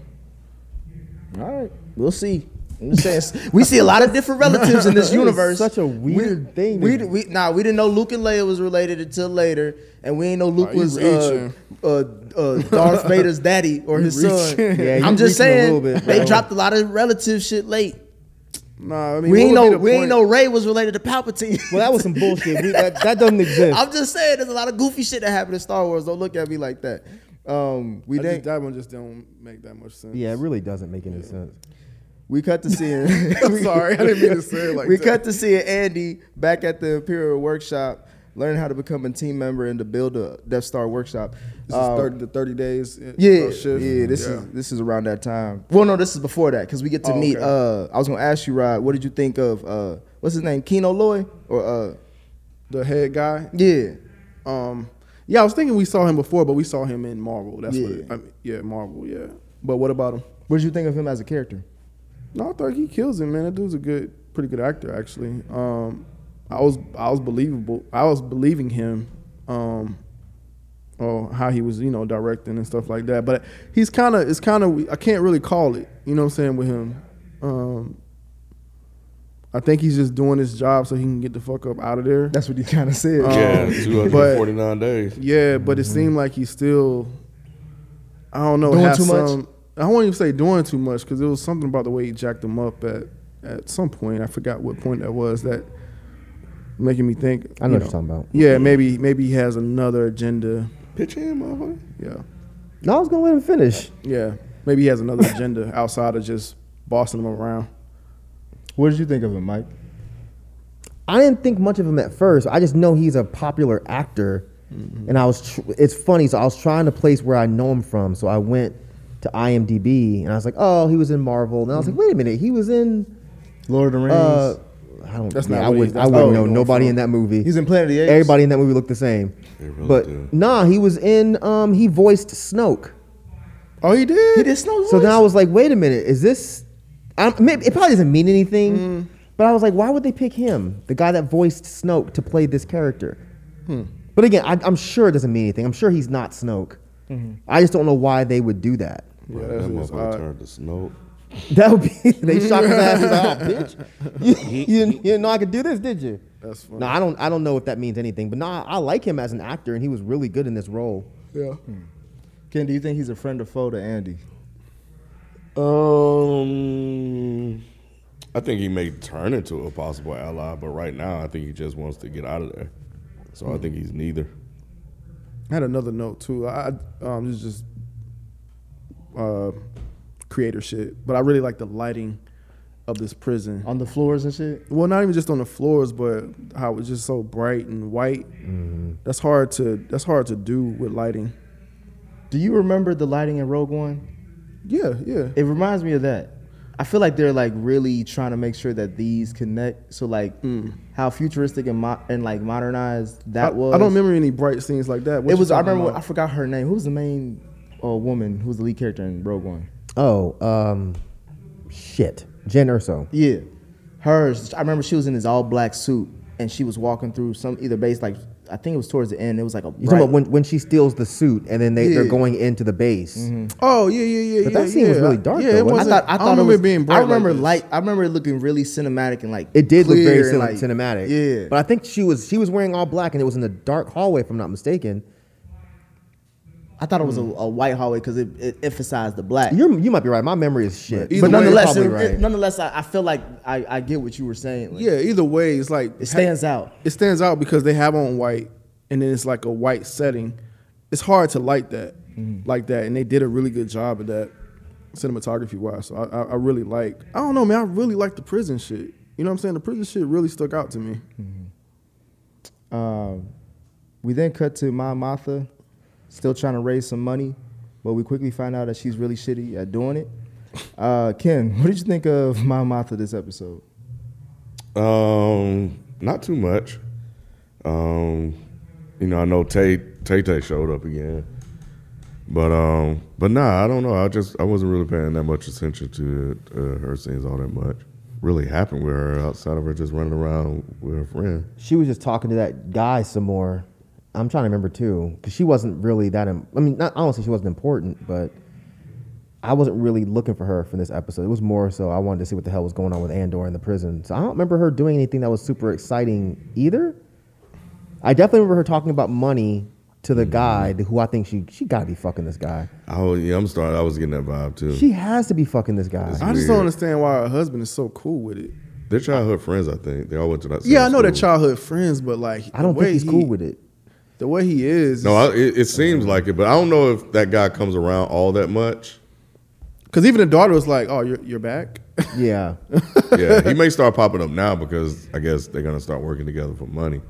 Speaker 2: All right, we'll see. I'm just saying, we see a lot of different relatives in this
Speaker 4: That is
Speaker 2: universe.
Speaker 4: such a weird
Speaker 2: we,
Speaker 4: thing to-
Speaker 2: We, we nah, we didn't know Luke and Leia was related until later, and we ain't know Luke
Speaker 3: you
Speaker 2: was uh, uh, uh, Darth Vader's daddy or his son.
Speaker 3: reaching.
Speaker 4: Yeah, you
Speaker 2: I'm just
Speaker 4: reaching a
Speaker 2: saying
Speaker 4: little bit,
Speaker 2: they
Speaker 4: bro.
Speaker 2: dropped a lot of relative shit late.
Speaker 3: Nah, I mean,
Speaker 2: We ain't
Speaker 3: what
Speaker 2: know
Speaker 3: would be the
Speaker 2: we ain't
Speaker 3: point?
Speaker 2: know Ray was related to Palpatine.
Speaker 4: Well, that was some bullshit. We, that, that doesn't exist.
Speaker 2: I'm just saying, there's a lot of goofy shit that happened in Star Wars. Don't look at me like that. Um, we
Speaker 3: I
Speaker 2: didn't.
Speaker 3: just, that one just don't make that much sense.
Speaker 4: yeah, it really doesn't make any sense.
Speaker 2: We cut to seeing.
Speaker 3: I'm sorry, I didn't mean to say it like
Speaker 2: we
Speaker 3: that.
Speaker 2: cut to seeing Andy back at the Imperial Workshop, learning how to become a team member and to build a Death Star Workshop.
Speaker 3: This
Speaker 2: Um,
Speaker 3: is 30, the 30 days. uh,
Speaker 2: yeah,
Speaker 3: of shift.
Speaker 2: yeah. This is this is around that time. Well, no, this is before that because we get to
Speaker 3: Oh,
Speaker 2: meet.
Speaker 3: okay.
Speaker 2: Uh, I was gonna ask you, Rod, what did you think of uh, what's his name, Kino Loy, or uh,
Speaker 3: the head guy.
Speaker 2: yeah,
Speaker 3: Um, yeah, I was thinking we saw him before, but we saw him in Marvel. That's what.
Speaker 2: Yeah.
Speaker 3: It, I mean, yeah, Marvel. Yeah, but what about him?
Speaker 2: what did you think of him as a character?
Speaker 3: No, I think he kills him, man. That dude's a good, pretty good actor, actually. Um, I was, I was believable. I was believing him, um, or how he was, you know, directing and stuff like that. But he's kind of, it's kind of, I can't really call it. You know what I'm saying with him. Um, I think he's just doing his job so he can get the fuck up out of there.
Speaker 2: That's what he kind of said.
Speaker 1: yeah,
Speaker 3: Um,
Speaker 1: 249 days.
Speaker 3: Yeah, but it seemed like he still, I don't know,
Speaker 2: Doing
Speaker 3: had
Speaker 2: too much?
Speaker 3: some- I won't even say doing too much because it was something about the way he jacked him up at at some point. I forgot what point that was that making me think.
Speaker 4: I know
Speaker 3: you
Speaker 4: what you're talking about.
Speaker 3: Yeah, maybe maybe he has another agenda.
Speaker 1: Pitch in, motherfucker.
Speaker 3: Yeah,
Speaker 4: No, I was going to let him finish.
Speaker 3: yeah, maybe he has another agenda outside of just bossing him around.
Speaker 2: What did you think of him, Mike?
Speaker 4: I didn't think much of him at first. I just know he's a popular actor, and I was. Tr- it's funny. So I was trying to place where I know him from. So I went to IMDb, and I was like, "Oh, he was in Marvel." And I was like, "Wait a minute, he was in."
Speaker 2: Lord of the Rings.
Speaker 4: Uh, I don't.
Speaker 3: That's
Speaker 4: yeah,
Speaker 3: not
Speaker 4: I
Speaker 3: what he-
Speaker 4: would. I
Speaker 3: that's not
Speaker 4: wouldn't
Speaker 3: what
Speaker 4: know
Speaker 3: he
Speaker 4: nobody
Speaker 3: known
Speaker 4: in that movie.
Speaker 2: He's in Planet of the Apes.
Speaker 4: Everybody in that movie looked the same.
Speaker 1: They really
Speaker 4: but
Speaker 1: do.
Speaker 4: nah, he was in. Um, he voiced Snoke.
Speaker 3: Oh, he did.
Speaker 2: He did Snow
Speaker 4: So then I was like, wait a minute, is this? I'm, maybe, it probably doesn't mean anything,
Speaker 2: Mm. Hmm.
Speaker 4: but I was like, why would they pick him, the guy that voiced Snoke, to play this character? But But again, I, I'm sure it doesn't mean anything. I'm sure he's not Snoke.
Speaker 2: Mm-hmm.
Speaker 4: I just don't know why they would do that.
Speaker 3: Yeah,
Speaker 1: that
Speaker 3: that's- that's
Speaker 1: motherfucker
Speaker 3: odd.
Speaker 1: turned to snow.
Speaker 4: That would be they shot his ass. He's like, oh, bitch, you, you, you didn't know I could do this, did you?
Speaker 3: That's funny.
Speaker 4: No, I don't. I don't know if that means anything, but nah, I like him as an actor, and he was really good in this role.
Speaker 3: Yeah.
Speaker 2: Ken, do you think he's a friend or foe to Andy?
Speaker 1: Um, I think he may turn into a possible ally, but right now I think he just wants to get out of there. So I think he's neither.
Speaker 3: I had another note too. I I, um, this is just uh, creator shit, but I really like the lighting of this prison.
Speaker 2: On the floors and shit?
Speaker 3: Well, not even just on the floors, but how it was just so bright and white. That's hard to that's hard to do with lighting.
Speaker 2: Do you remember the lighting in Rogue One?
Speaker 3: Yeah, yeah.
Speaker 2: It reminds me of that. I feel like they're like really trying to make sure that these connect. So like how futuristic and mo- and like modernized
Speaker 3: Hmm. I,
Speaker 2: that was.
Speaker 3: I don't remember any bright scenes like that. What
Speaker 2: It
Speaker 3: you
Speaker 2: was. I
Speaker 3: talking
Speaker 2: remember.
Speaker 3: about?
Speaker 2: I forgot her name. Who was the main uh, woman? Who was the lead character in Rogue One?
Speaker 4: Oh, um, shit, Jen Urso.
Speaker 2: Yeah, hers. I remember she was in this all black suit and she was walking through some either base. Like I think it was towards the end. It was like a.
Speaker 4: You
Speaker 2: bright-
Speaker 4: talking about when, when she steals the suit and then they, they're
Speaker 3: Yeah.
Speaker 4: going into the base?
Speaker 3: Oh yeah, yeah, yeah.
Speaker 4: But
Speaker 3: yeah,
Speaker 4: that scene was
Speaker 3: yeah.
Speaker 4: really dark,
Speaker 3: Yeah,
Speaker 4: though,
Speaker 3: it
Speaker 4: wasn't
Speaker 2: I
Speaker 3: wasn't.
Speaker 2: thought I
Speaker 3: don't
Speaker 2: thought it
Speaker 3: remember
Speaker 2: was,
Speaker 3: it being bright.
Speaker 2: I remember
Speaker 3: like,
Speaker 2: light. I remember it looking really cinematic and like
Speaker 4: It did look
Speaker 2: clear
Speaker 4: very
Speaker 2: and,
Speaker 4: cin-
Speaker 2: like-
Speaker 4: cinematic.
Speaker 2: Yeah,
Speaker 4: but I think she was she was wearing all black and it was in a dark hallway, if I'm not mistaken.
Speaker 2: I thought it was a, a white hallway because it, it emphasized the black.
Speaker 4: You're, you might be right. My memory is shit.
Speaker 3: But either
Speaker 2: but
Speaker 3: way,
Speaker 2: nonetheless,
Speaker 4: You're
Speaker 2: it,
Speaker 4: probably
Speaker 2: it- nonetheless, I, I feel like I, I get what you were saying. Like,
Speaker 3: yeah. Either way, it's like
Speaker 2: it stands out.
Speaker 3: it stands out because they have on white and then it's like a white setting it's hard to light that like that and they did a really good job of that cinematography wise so I, I, I really like i don't know man i really like the prison shit you know what i'm saying the prison shit really stuck out to me
Speaker 2: Um, we then cut to my Martha, still trying to raise some money, but we quickly find out that she's really shitty at doing it. Uh, Ken, what did you think of my Martha this episode?
Speaker 1: Um, not too much. Um, you know, I know Tay Tay Tay showed up again, but um, but nah, I don't know. I just I wasn't really paying that much attention to uh, her scenes all that much. Really happened with her outside of her just running around with her friend.
Speaker 4: she was just talking to that guy some more. I'm trying to remember too, because she wasn't really that. Im- I mean, not, I don't say she wasn't important, but I wasn't really looking for her for this episode. It was more so I wanted to see what the hell was going on with Andor in the prison. So I don't remember her doing anything that was super exciting either. I definitely remember her talking about money to the guy who I think she she gotta be fucking this guy.
Speaker 1: I was, Oh, yeah, I'm starting. I was getting that vibe too.
Speaker 4: She has to be fucking this guy.
Speaker 3: i just
Speaker 1: Weird.
Speaker 3: don't understand why her husband is so cool with it
Speaker 1: They're childhood friends, I think. They all went to that. same
Speaker 3: yeah i know they're
Speaker 1: school.
Speaker 3: childhood friends but like
Speaker 4: I don't think
Speaker 3: the way
Speaker 4: he's
Speaker 3: he-
Speaker 4: cool with it.
Speaker 3: the way he is
Speaker 1: No, I, it, it seems like it, but I don't know if that guy comes around all that much.
Speaker 3: because even the daughter was like oh you're, you're back
Speaker 4: Yeah.
Speaker 1: yeah, he may start popping up now because I guess they're gonna start working together for money.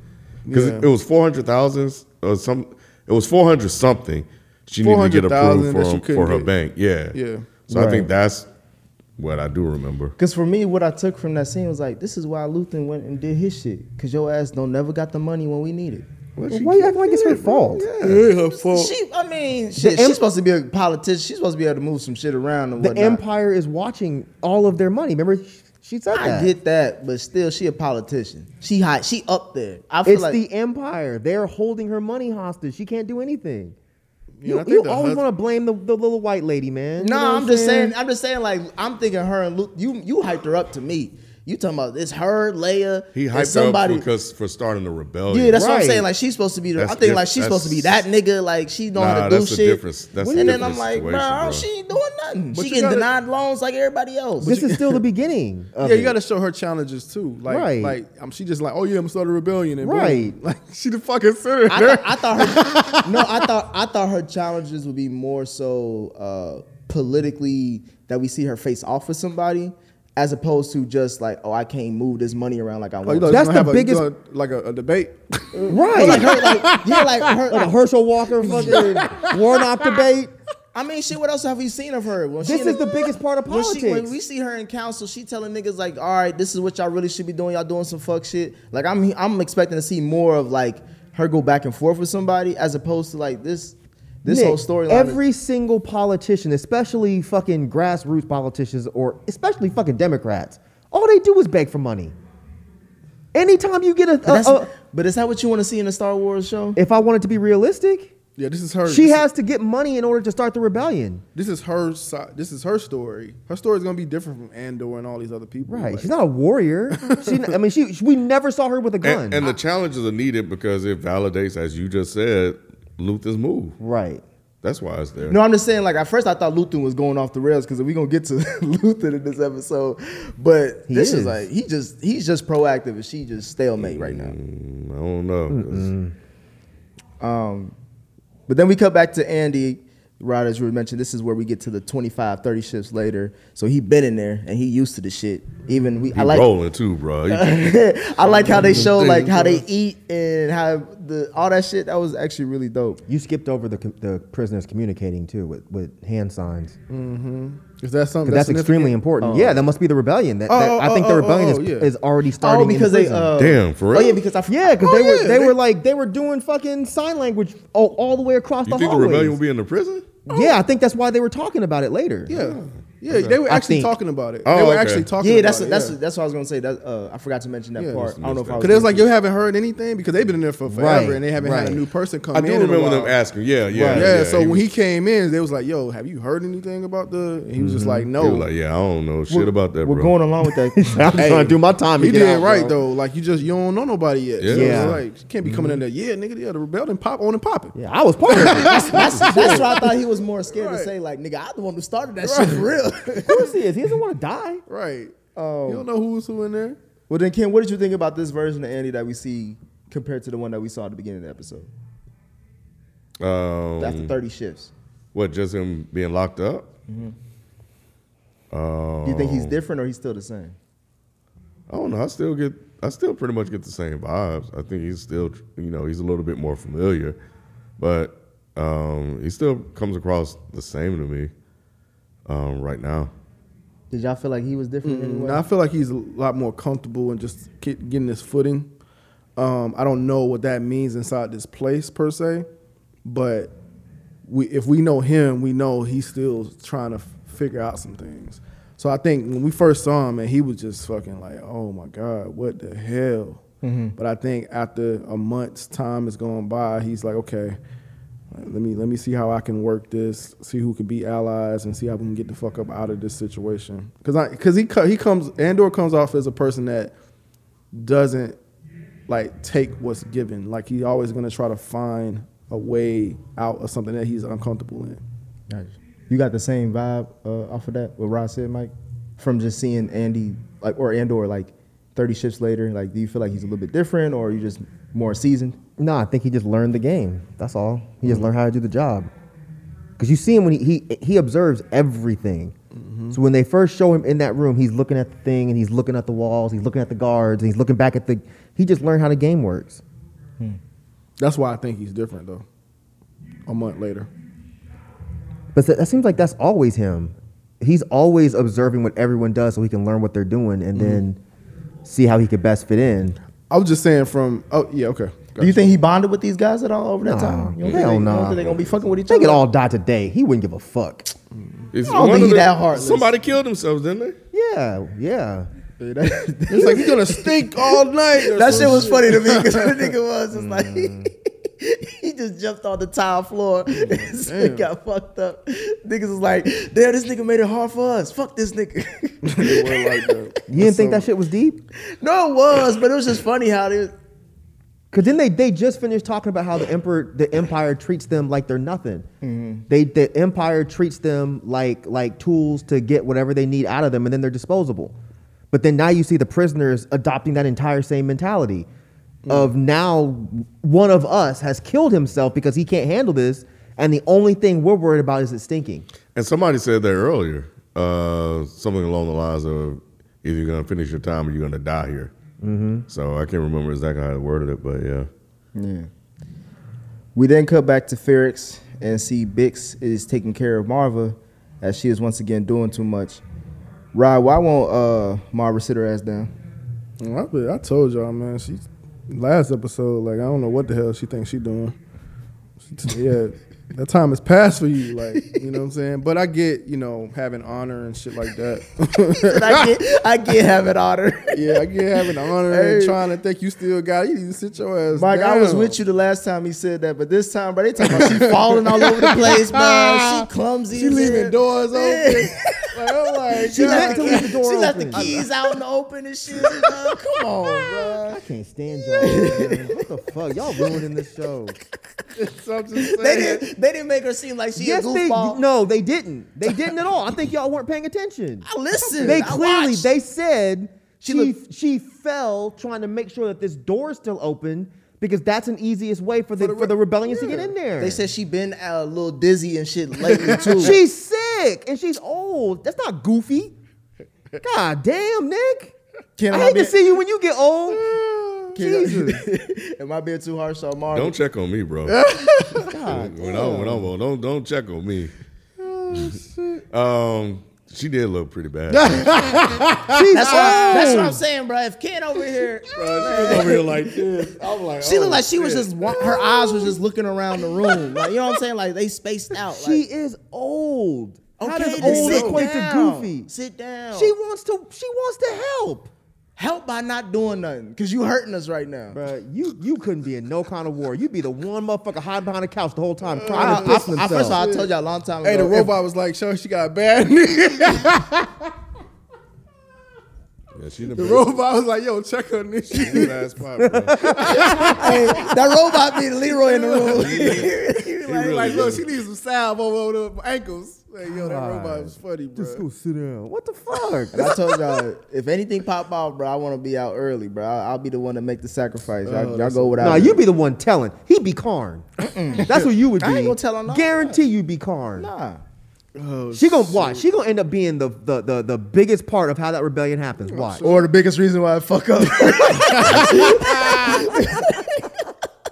Speaker 1: Because
Speaker 3: Yeah.
Speaker 1: it, was four hundred thousand or some. It was four hundred something. She needed to get
Speaker 3: 400,000
Speaker 1: approved
Speaker 3: that she
Speaker 1: for,
Speaker 3: couldn't
Speaker 1: for her
Speaker 3: get.
Speaker 1: bank. Yeah,
Speaker 3: Yeah.
Speaker 1: So I
Speaker 4: Right.
Speaker 1: think that's what I do remember.
Speaker 2: Because for me, what I took from that scene was like, this is why Luthen went and did his shit. Because your ass don't never got the money when we need it.
Speaker 4: Why you acting like it's her fault?
Speaker 2: She, I mean, shit,
Speaker 4: em-
Speaker 2: she's supposed to be a politician. She's supposed to be able to move some shit around and
Speaker 4: the
Speaker 2: whatnot.
Speaker 4: empire is watching all of their money. Remember, she- she said that.
Speaker 2: I get that, but still, she a politician. She high, she up there. I feel
Speaker 4: it's
Speaker 2: like
Speaker 4: the empire. They're holding her money hostage. She can't do anything.
Speaker 3: Yeah, I
Speaker 4: you
Speaker 3: think
Speaker 4: you
Speaker 3: the
Speaker 4: always
Speaker 3: hus-
Speaker 4: want to blame the, the little white lady, man.
Speaker 2: No,
Speaker 4: You know what
Speaker 2: I'm just saying. I'm just saying. Like I'm thinking, her and Luke. You you hyped her up to me. You talking about it's her, Leia,
Speaker 1: He
Speaker 2: and
Speaker 1: hyped
Speaker 2: somebody.
Speaker 1: her up because for starting the rebellion.
Speaker 2: yeah, that's what I'm
Speaker 4: Right.
Speaker 2: saying. Like she's supposed to be. The, I'm
Speaker 1: Oh, That's
Speaker 2: thinking like
Speaker 1: diff-
Speaker 2: she's supposed to be that
Speaker 1: that's-
Speaker 2: nigga. Like she know how
Speaker 1: Nah,
Speaker 2: to do
Speaker 1: that's a
Speaker 2: shit.
Speaker 1: difference- that's a
Speaker 2: and then I'm
Speaker 1: different
Speaker 2: like, bro,
Speaker 1: situation, bro.
Speaker 2: she ain't doing nothing.
Speaker 3: But
Speaker 2: she
Speaker 3: you
Speaker 2: getting
Speaker 3: gotta-
Speaker 2: denied loans like everybody else.
Speaker 4: This is still the beginning. of
Speaker 3: Yeah,
Speaker 4: it.
Speaker 3: you got to show her challenges too. Like,
Speaker 4: Right.
Speaker 3: like um, she just like, oh yeah, I'm starting a rebellion, and boom.
Speaker 4: Right.
Speaker 3: like she the fucking center.
Speaker 2: I,
Speaker 3: there.
Speaker 2: thought, I thought her. no, I thought I thought her challenges would be more so uh, politically that we see her face off with somebody, as opposed to just like, oh, I can't move this money around like I
Speaker 3: Oh,
Speaker 2: want.
Speaker 3: you
Speaker 2: to.
Speaker 3: thought
Speaker 4: That's
Speaker 3: you gonna
Speaker 4: the
Speaker 3: have a- you
Speaker 4: biggest-
Speaker 3: gonna- like a, a debate.
Speaker 4: right.
Speaker 2: Like
Speaker 4: like,
Speaker 2: her, like, yeah, like her.
Speaker 4: a Herschel Walker fucking Warnock debate.
Speaker 2: I mean, shit. What else have we seen of her? When
Speaker 4: This
Speaker 2: she-
Speaker 4: is the biggest part of
Speaker 2: when she- When,
Speaker 4: politics.
Speaker 2: we see her in council, she telling niggas like, "All right, this is what y'all really should be doing. Y'all doing some fuck shit." Like, I'm I'm expecting to see more of like her go back and forth with somebody, as opposed to like this this
Speaker 4: Nick,
Speaker 2: whole storyline.
Speaker 4: Every single politician, especially fucking grassroots politicians, or especially fucking Democrats, all they do is beg for money. Anytime you get a,
Speaker 2: But
Speaker 4: a,
Speaker 2: that's-
Speaker 4: a,
Speaker 2: But is that what you want to see in a Star Wars show?
Speaker 4: If I wanted to be realistic,
Speaker 3: Yeah, this is her.
Speaker 4: she
Speaker 3: this,
Speaker 4: has to get money in order to start the rebellion.
Speaker 3: This is her. si- This is her story. Her story is gonna be different from Andor and all these other people.
Speaker 4: Right.
Speaker 3: Like,
Speaker 4: She's not a warrior. She, I mean, she, we never saw her with a gun.
Speaker 1: And, and the challenges are needed because it validates, as you just said, Luther's move.
Speaker 4: right.
Speaker 1: That's why it's there.
Speaker 2: No, I'm just saying. Like at first, I thought Luther was going off the rails because we're gonna get to Luther in this episode. But
Speaker 4: He
Speaker 2: this is.
Speaker 4: is.
Speaker 2: like he just he's just proactive, and she just stalemate right now.
Speaker 1: Mm, I don't know. 'cause-
Speaker 2: Um, But then we cut back to Andy. Right as you were mentioned, this is where we get to the 25, 30 shifts later. So he been in there and he used to the shit. Even we,
Speaker 1: He
Speaker 2: I like,
Speaker 1: rolling too, bro. He-
Speaker 2: I like how they show like how they eat and how the all that shit. That was actually really dope.
Speaker 4: You skipped over the, com- the prisoners communicating too with, with hand signs.
Speaker 3: Is that something?
Speaker 4: Because that's, extremely important. Yeah, that must be the rebellion. That,
Speaker 3: Oh,
Speaker 4: that-
Speaker 3: oh,
Speaker 4: I think
Speaker 3: oh,
Speaker 4: the
Speaker 3: oh,
Speaker 4: rebellion
Speaker 3: oh,
Speaker 4: is,
Speaker 3: yeah.
Speaker 4: is already starting.
Speaker 2: oh, because they
Speaker 4: in prison.
Speaker 2: uh,
Speaker 1: Damn, for real?
Speaker 2: Oh yeah, because I
Speaker 4: yeah, because
Speaker 2: oh,
Speaker 4: they were
Speaker 2: yeah,
Speaker 4: they, were like they were doing fucking sign language all, all the way across
Speaker 1: you
Speaker 4: the
Speaker 1: think the
Speaker 4: hallways.
Speaker 1: rebellion will be in the prison?
Speaker 4: yeah, I think that's why they were talking about it later.
Speaker 3: Yeah. Yeah, they were
Speaker 4: I
Speaker 3: actually
Speaker 4: think.
Speaker 3: talking about it.
Speaker 1: Oh,
Speaker 3: they were
Speaker 1: okay.
Speaker 3: actually talking
Speaker 2: yeah,
Speaker 3: about
Speaker 2: that's
Speaker 3: it.
Speaker 2: that's
Speaker 3: yeah.
Speaker 2: that's what I was gonna say. That uh, I forgot to mention that
Speaker 3: Yeah.
Speaker 2: part. I don't know if I
Speaker 1: Missed
Speaker 2: was
Speaker 3: Because it was
Speaker 2: gonna-
Speaker 3: like you haven't heard anything because they've been in there for forever
Speaker 4: Right,
Speaker 3: and they haven't had
Speaker 4: right.
Speaker 3: a new person come
Speaker 1: I
Speaker 3: in.
Speaker 1: do
Speaker 3: in a
Speaker 1: remember them
Speaker 3: while.
Speaker 1: asking. Yeah, yeah.
Speaker 3: Yeah, so when
Speaker 1: was-
Speaker 3: he came in, they was like, "Yo, have you heard anything about the?" And he was just
Speaker 4: Mm-hmm.
Speaker 3: like, "No."
Speaker 1: he was like, yeah, I don't know shit about that,
Speaker 2: we're
Speaker 1: bro.
Speaker 2: going along with that.
Speaker 4: I'm trying to do my time.
Speaker 3: He
Speaker 4: to get
Speaker 3: did
Speaker 4: out,
Speaker 3: right
Speaker 4: bro.
Speaker 3: though. Like you just you don't know nobody yet.
Speaker 1: Yeah.
Speaker 3: So it's
Speaker 4: Yeah. Mm-hmm.
Speaker 3: like you can't be coming in there. Yeah, nigga, yeah, the rebellion pop on and popping.
Speaker 4: Yeah, I was part of it. That's-
Speaker 2: that's that's what I thought he was more scared to
Speaker 3: Right.
Speaker 2: say. Like, nigga, I'm the one who started that shit for real.
Speaker 4: of course he is. He doesn't want to die.
Speaker 3: Right. Oh. You don't know who's who in there.
Speaker 2: well, then, Ken, what did you think about this version of Andy that we see compared to the one that we saw at the beginning of the episode?
Speaker 1: Um,
Speaker 2: After 30 shifts,
Speaker 1: What, just him being locked up? Uh,
Speaker 2: do Mm-hmm. you think he's different or he's still the same?
Speaker 1: I don't know. I still get, I still pretty much get the same vibes. I think he's still, you know, he's a little bit more familiar, but um, he still comes across the same to me um, right now.
Speaker 2: Did y'all feel like he was different in any
Speaker 3: Now, Mm, I
Speaker 2: way?
Speaker 3: feel like he's a lot more comfortable and just get, getting his footing. Um, I don't know what that means inside this place per se, but we, if we know him, we know he's still trying to f- figure out some things. So I think when we first saw him, and he was just fucking like, "Oh my god, what the hell?"
Speaker 2: Mm-hmm.
Speaker 3: But I think after a month's time has gone by, he's like, "Okay, let me let me see how I can work this, see who can be allies, and see how we can get the fuck up out of this situation." Because I because he co- he comes Andor comes off as a person that doesn't like take what's given. Like he's always gonna try to find a way out of something that he's uncomfortable in.
Speaker 2: You got the same vibe uh, off of that what Rod said, Mike, from just seeing Andy like or Andor like 30 shifts later. Like, do you feel like he's a little bit different or are you just more seasoned?
Speaker 4: No, I think he just learned the game. That's all. He just learned how to do the job. Because you see him when he he, he observes everything. So when they first show him in that room, he's looking at the thing and he's looking at the walls, he's looking at the guards, and he's looking back at the. He just learned how the game works.
Speaker 3: That's why I think he's different though. A month later.
Speaker 4: But that, that seems like that's always him. He's always observing what everyone does so he can learn what they're doing and then see how he could best fit in.
Speaker 3: I was just saying from oh yeah, okay.
Speaker 2: Do you think he bonded with these guys at all over that
Speaker 4: Nah,
Speaker 2: time? You don't think
Speaker 4: hell
Speaker 2: they- you
Speaker 4: nah.
Speaker 2: don't think they're gonna be fucking with each
Speaker 4: They
Speaker 2: other?
Speaker 4: could all die today. He wouldn't give a fuck.
Speaker 1: It's
Speaker 2: I don't
Speaker 1: one
Speaker 2: think
Speaker 1: of
Speaker 2: he that heartless.
Speaker 1: Somebody killed themselves, didn't they?
Speaker 4: Yeah, yeah.
Speaker 3: It's like he's gonna stink all night. or
Speaker 2: That
Speaker 3: some
Speaker 2: shit was funny to me because the nigga was just like he just jumped on the tile floor and so got fucked up. Niggas was like, damn, this nigga made it hard for us. Fuck this nigga.
Speaker 3: They were like that.
Speaker 4: You didn't think that shit was deep?
Speaker 2: no, it was, but it was just funny how they
Speaker 4: Cause then they, they just finished talking about how the emperor the empire treats them like they're nothing.
Speaker 2: Mm-hmm.
Speaker 4: They the empire treats them like like tools to get whatever they need out of them, and then they're disposable. But then now you see the prisoners adopting that entire same mentality
Speaker 2: Mm.
Speaker 4: of now one of us has killed himself because he can't handle this, and the only thing we're worried about is it stinking.
Speaker 1: And somebody said that earlier, uh, something along the lines of either you're gonna finish your time or you're gonna die here.
Speaker 3: Mm-hmm.
Speaker 1: So I can't remember exactly how they worded it, but yeah.
Speaker 2: Yeah. We then cut back to Ferrex and see Bix is taking care of Marva as she is once again doing too much. Rod, why won't uh, Marva sit her ass down?
Speaker 3: Well, I, be- I told y'all, man. She last episode, like I don't know what the hell she thinks she doing. She t- yeah, that time has passed for you, like you know what I'm saying. But I get, you know, having honor and shit like that.
Speaker 2: I get, I get having honor.
Speaker 3: yeah, I get having honor and
Speaker 2: Hey.
Speaker 3: trying to think you still got. it. You need to sit your ass.
Speaker 2: Mike, I was
Speaker 3: down.
Speaker 2: with you the last time he said that, but this time, bro, they talking about she falling all over the place, bro. She clumsy.
Speaker 3: She
Speaker 2: as
Speaker 3: leaving
Speaker 2: hell.
Speaker 3: doors open. like, oh my
Speaker 2: She
Speaker 3: god.
Speaker 2: left,
Speaker 4: to leave the door
Speaker 2: she left the
Speaker 4: open.
Speaker 2: keys out in the open and shit. bro. Come on, bro.
Speaker 4: I can't stand y'all. man. What the fuck? Y'all ruining this show.
Speaker 3: So I'm just
Speaker 2: They
Speaker 3: saying.
Speaker 2: didn't. They didn't make her seem like she
Speaker 4: yes,
Speaker 2: a
Speaker 4: they.
Speaker 2: goofball.
Speaker 4: No, they didn't. They didn't at all. I think y'all weren't paying attention.
Speaker 2: I listened. I
Speaker 4: They clearly.
Speaker 2: watched.
Speaker 4: They said she
Speaker 2: She
Speaker 4: she,
Speaker 2: looked-
Speaker 4: fell trying to make sure that this door is still open because that's an easiest way for the for the,
Speaker 3: the re-
Speaker 4: rebellions to get in there.
Speaker 2: They said she been uh, a little dizzy and shit lately too.
Speaker 4: she's sick and she's old. That's not goofy. God damn, Nick.
Speaker 2: Can
Speaker 4: I
Speaker 2: I
Speaker 4: hate
Speaker 2: be-
Speaker 4: to see you when you get old.
Speaker 2: Mm.
Speaker 4: Jesus.
Speaker 2: Am I being too harsh on Marvin?
Speaker 1: Don't check on me, bro. when, I'm, when I'm old, don't don't check on me.
Speaker 3: Oh,
Speaker 1: um, she did look pretty bad. She
Speaker 4: She's
Speaker 2: That's, what, I- that's
Speaker 4: Oh.
Speaker 2: what I'm saying, bro. If Ken over here,
Speaker 1: was over here like this. I'm like,
Speaker 2: she
Speaker 1: oh,
Speaker 2: looked like she was
Speaker 1: shit.
Speaker 2: just wa- her eyes was just looking around the room. Like you know what I'm saying? Like they spaced out.
Speaker 4: She
Speaker 2: Like,
Speaker 4: is old. How does
Speaker 2: then
Speaker 4: old
Speaker 2: sit
Speaker 4: equate to
Speaker 2: down.
Speaker 4: goofy?
Speaker 2: Sit down.
Speaker 4: She wants to. She wants to help.
Speaker 2: help by not doing nothing because you hurting us right now.
Speaker 4: Bro, you you couldn't be in no kind of war. You'd be the one motherfucker hiding behind the couch the whole time crying
Speaker 2: I,
Speaker 4: and pissing
Speaker 2: I- I- first of all,
Speaker 4: himself.
Speaker 2: I told y'all a long time ago.
Speaker 3: Hey, the
Speaker 2: if-
Speaker 3: robot was like, "Show she got bad." the
Speaker 1: Yeah, she the
Speaker 3: robot was like, "Yo, check on this." shit."
Speaker 1: last spot, bro.
Speaker 2: hey, that robot be the Leroy in the room. He be like,
Speaker 1: really
Speaker 3: like, look,
Speaker 1: did.
Speaker 3: she needs some salve over the ankles. Like, yo, that robot was funny, bro.
Speaker 4: Just go sit down. What the fuck?
Speaker 2: And I told y'all, if anything pop out, bro, I want to be out early, bro. I'll, I'll be the one to make the sacrifice. Y'all, y'all go without.
Speaker 4: Oh, Nah,
Speaker 2: me.
Speaker 4: you be the one telling. He be Karn. That's what you would be.
Speaker 2: I ain't gonna tell her no.
Speaker 4: Guarantee you be Karn.
Speaker 2: Nah.
Speaker 4: She gonna watch. She gonna end up being the the the, the biggest part of how that rebellion happens. Watch.
Speaker 2: Or the biggest reason why I fuck up.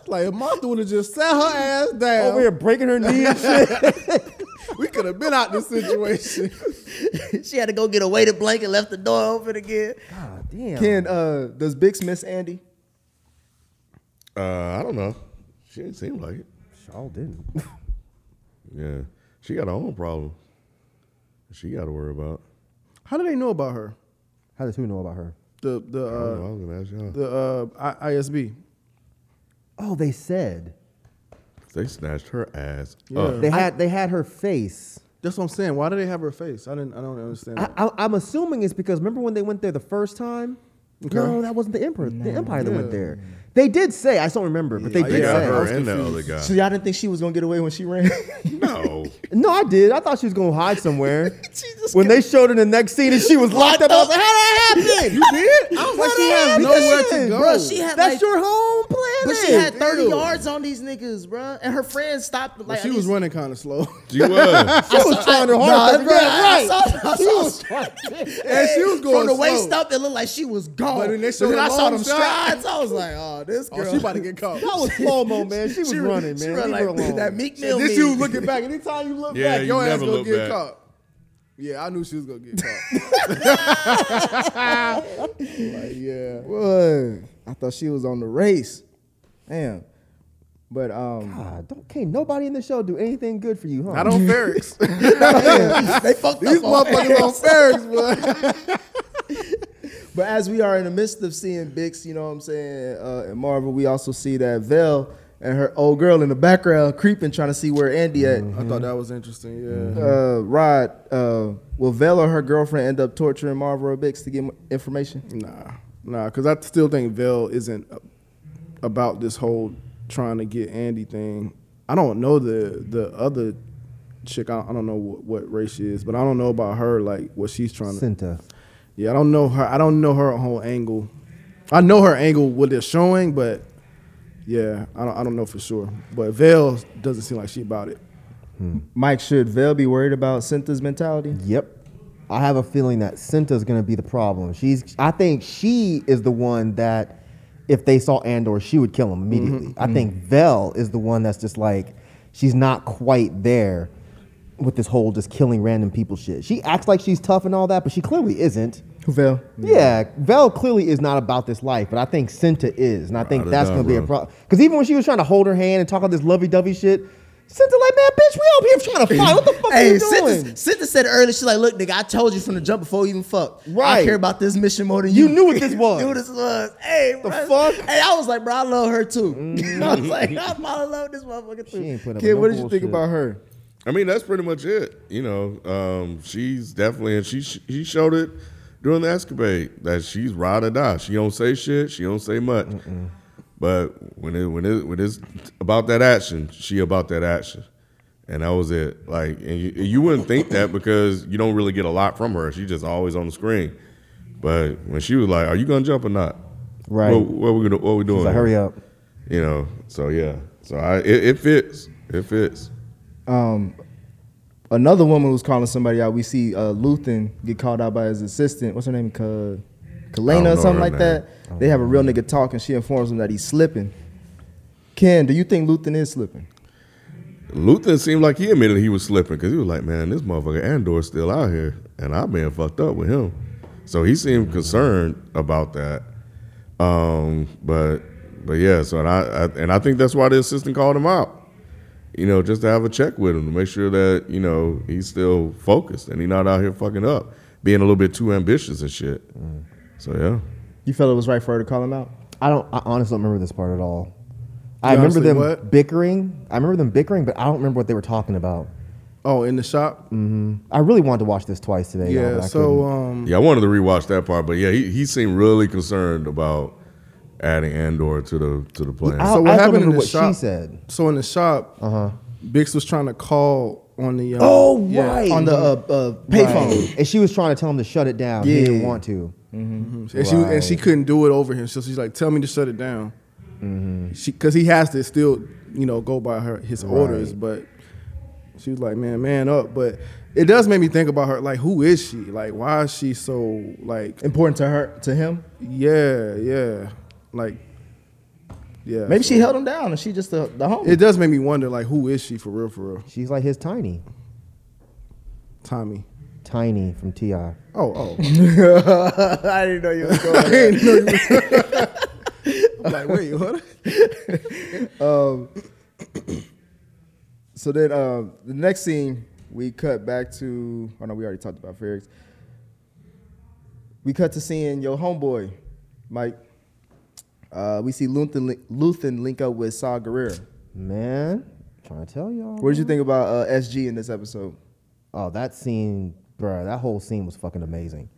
Speaker 3: Like, if Martha would have just sat her ass down,
Speaker 4: Over here breaking her knee and shit.
Speaker 3: we could have been out this situation.
Speaker 2: she had to go get a weighted blanket, left the door open again.
Speaker 4: God damn.
Speaker 2: Ken, uh, does Bix miss Andy?
Speaker 1: Uh, I don't know. She didn't seem like it.
Speaker 4: Shaw didn't.
Speaker 1: Yeah, she got her own problem. She got to worry about.
Speaker 3: How do they know about her?
Speaker 4: How does who know about her?
Speaker 3: The the
Speaker 1: I don't know.
Speaker 3: uh,
Speaker 1: I was gonna ask y'all.
Speaker 3: the uh, I- ISB.
Speaker 4: Oh, they said
Speaker 1: They snatched her ass
Speaker 3: Yeah.
Speaker 1: up.
Speaker 4: they had they had her face.
Speaker 3: That's what I'm saying. Why do they have her face? I didn't. I don't understand.
Speaker 4: I,
Speaker 3: that.
Speaker 4: I, I'm assuming it's because remember when they went there the first time? No, that wasn't the emperor. The empire that went there. They did say. I just don't remember, but they
Speaker 1: They
Speaker 4: did
Speaker 1: got
Speaker 4: say.
Speaker 1: her
Speaker 3: was
Speaker 1: and that other
Speaker 3: confused.
Speaker 1: guy.
Speaker 2: So y'all didn't think she was gonna get away when she ran?
Speaker 1: No,
Speaker 4: No, I did. I thought she was gonna hide somewhere.
Speaker 2: Jesus
Speaker 4: when they showed her in the next scene and she was locked up, I was like, "How that happen? You did? I was like,
Speaker 3: she had nowhere to go. Bro, she
Speaker 2: had,
Speaker 4: That's
Speaker 2: like-
Speaker 4: your home planet.
Speaker 2: but she had 30
Speaker 4: Ew.
Speaker 2: yards on these niggas, bro. And her friends stopped. Like,
Speaker 3: But she was running kind of slow,
Speaker 1: she was.
Speaker 4: She was trying her hardest. to
Speaker 2: bro,
Speaker 4: get
Speaker 2: I
Speaker 4: it right.
Speaker 2: saw, I saw,
Speaker 3: and she was going
Speaker 2: From the
Speaker 3: slow.
Speaker 2: waist up, it looked like she was gone.
Speaker 3: But then they
Speaker 2: But
Speaker 3: showed
Speaker 2: then
Speaker 3: her
Speaker 2: I saw
Speaker 3: long
Speaker 2: them
Speaker 3: shot.
Speaker 2: strides. I was like, oh, this girl.
Speaker 3: Oh, she about to get caught.
Speaker 4: That was slow mo, man. She was
Speaker 2: She-
Speaker 4: running, man.
Speaker 2: she
Speaker 4: Leave
Speaker 2: run
Speaker 4: her
Speaker 2: like
Speaker 4: alone.
Speaker 2: that Meek Mill. meme.
Speaker 3: This you looking back. Anytime you look
Speaker 1: Yeah,
Speaker 3: back,
Speaker 1: you
Speaker 3: your ass
Speaker 1: never
Speaker 3: gonna
Speaker 1: look
Speaker 3: get
Speaker 1: back.
Speaker 3: caught. Yeah, I knew she was gonna get caught. like, yeah.
Speaker 2: What? I thought she was on the race. Damn. But um,
Speaker 4: God, Ah, don't, can't nobody in the show do anything good for you, huh?
Speaker 3: I don't Ferrex.
Speaker 2: they fucked
Speaker 3: These
Speaker 2: up. on
Speaker 3: motherfuckers on Ferrex, boy.
Speaker 2: But as we are in the midst of seeing Bix, you know what I'm saying, uh, and Marvel, we also see that Vel and her old girl in the background creeping, trying to see where Andy at.
Speaker 3: Mm-hmm. I thought that was interesting. Yeah.
Speaker 2: Uh, Rod, uh, will Vel or her girlfriend end up torturing Marvel or Bix to get m- information?
Speaker 3: Nah, nah, because I still think Vel isn't a- about this whole trying to get Andy thing. I don't know the the other chick. I, I don't know what, what race she is, but I don't know about her like what she's trying to.
Speaker 4: Cinta.
Speaker 3: Yeah, I don't know her. I don't know her whole angle. I know her angle what they're showing, but yeah, I don't I don't know for sure. But Vel doesn't seem like she about it.
Speaker 2: Mike, should Vel be worried about Cynthia's mentality?
Speaker 4: Yep. I have a feeling that Cinta's gonna be the problem. She's I think she is the one that if they saw Andor, she would kill him immediately. I think Vel is the one that's just like she's not quite there with this whole just killing random people shit. She acts like she's tough and all that, but she clearly isn't.
Speaker 2: Vel.
Speaker 4: Yeah, Vel clearly is not about this life, but I think Cinta is, and I think
Speaker 1: Ride or
Speaker 4: that's
Speaker 1: die,
Speaker 4: gonna be a
Speaker 1: bro.
Speaker 4: problem. Because even when she was trying to hold her hand and talk all this lovey-dovey shit, Cinta like, man, bitch, we up here trying to fight. What the fuck are
Speaker 6: Hey,
Speaker 4: you doing?
Speaker 6: Cinta, Cinta said earlier, she's like, look, nigga, I told you from the jump before you even fuck. I
Speaker 4: Right.
Speaker 6: care about this mission more than you.
Speaker 4: You knew what this was.
Speaker 6: knew what this was. Hey,
Speaker 4: The
Speaker 6: bruh.
Speaker 4: fuck? Mm.
Speaker 6: Hey, I was like, bro, I love her too. I was like, I'm all in love with this motherfucker
Speaker 4: She
Speaker 6: too.
Speaker 4: ain't put up
Speaker 2: Kid,
Speaker 4: no
Speaker 2: what did you
Speaker 4: bullshit.
Speaker 2: think about her?
Speaker 1: I mean, that's pretty much it. You know, um, she's definitely, and she she showed it during the escapade that she's ride or die. She don't say shit. She don't say much. But when it when it when it's about that action, she about that action, and that was it. Like, and you, you wouldn't think that because you don't really get a lot from her. She's just always on the screen. But when she was like, "Are you gonna jump or not?"
Speaker 4: Right.
Speaker 1: What, what we gonna what we doing?
Speaker 4: She's like,
Speaker 1: here?"
Speaker 4: hurry up.
Speaker 1: You know. So yeah. So I it, it fits. It fits.
Speaker 2: Um, another woman was calling somebody out. We see uh, Luthen get called out by his assistant. What's her name? Ka-
Speaker 1: I don't
Speaker 2: Kalena
Speaker 1: know
Speaker 2: or something
Speaker 1: her
Speaker 2: like
Speaker 1: name.
Speaker 2: that. They have a real nigga talk, and she informs him that he's slipping. Ken, do you think Luthen is slipping?
Speaker 1: Luther seemed like he admitted he was slipping because he was like, man, this motherfucker Andor's still out here, and I've been fucked up with him. So he seemed concerned about that. Um, but but yeah, so and I, I and I think that's why the assistant called him out. You know, just to have a check with him to make sure that you know he's still focused and he's not out here fucking up, being a little bit too ambitious and shit. So yeah,
Speaker 2: You felt it was right for her to call him out?
Speaker 4: I don't. I honestly don't remember this part at all. I
Speaker 3: You
Speaker 4: remember
Speaker 3: honestly
Speaker 4: them
Speaker 3: what?
Speaker 4: bickering. I remember them bickering, but I don't remember what they were talking about.
Speaker 3: Oh, in the shop.
Speaker 4: Mm, I really wanted to watch this twice today. y'all,
Speaker 3: Yeah.
Speaker 4: but I
Speaker 3: So
Speaker 4: couldn't.
Speaker 3: um,
Speaker 1: yeah, I wanted to rewatch that part, but yeah, he, he seemed really concerned about adding Andor to the to the plan.
Speaker 4: I-
Speaker 3: so what
Speaker 4: don't
Speaker 3: happened in
Speaker 4: remember
Speaker 3: the
Speaker 4: what she
Speaker 3: shop?
Speaker 4: said. Uh-huh.
Speaker 3: So in the shop, Bix was trying to call on the. Uh,
Speaker 4: Oh,
Speaker 3: yeah,
Speaker 4: right.
Speaker 2: On the uh, uh, payphone.
Speaker 4: Right. and she was trying to tell him to shut it down. He
Speaker 2: Yeah.
Speaker 4: didn't want to.
Speaker 3: And she and she couldn't do it over him. So she's like, "Tell me to shut it down."
Speaker 4: Mm-hmm.
Speaker 3: She because he has to still you know go by her his orders, but she was like, "Man, man up." But it does make me think about her. Like, who is she? Like, why is she so like?
Speaker 2: Important to her, to him.
Speaker 3: Yeah, yeah, like yeah.
Speaker 2: Maybe
Speaker 3: so
Speaker 2: she held him down, and she just the, the homie.
Speaker 3: It does make me wonder, like, who is she for real? For real,
Speaker 4: She's like his tiny,
Speaker 3: Tommy.
Speaker 4: tiny from Ti.
Speaker 3: Oh, oh.
Speaker 6: I didn't know you was going.
Speaker 3: I didn't know you was- I'm like, wait, what?
Speaker 2: So then uh, the next scene, we cut back to. Oh no, we already talked about Ferrix. We cut to seeing your homeboy, Mike. Uh, we see Luthen, li- Luthen link up with Saw Guerrero.
Speaker 4: Man, trying to tell y'all.
Speaker 2: What did you think about uh, SG in this episode?
Speaker 4: Oh, that scene, bruh, That whole scene was fucking amazing.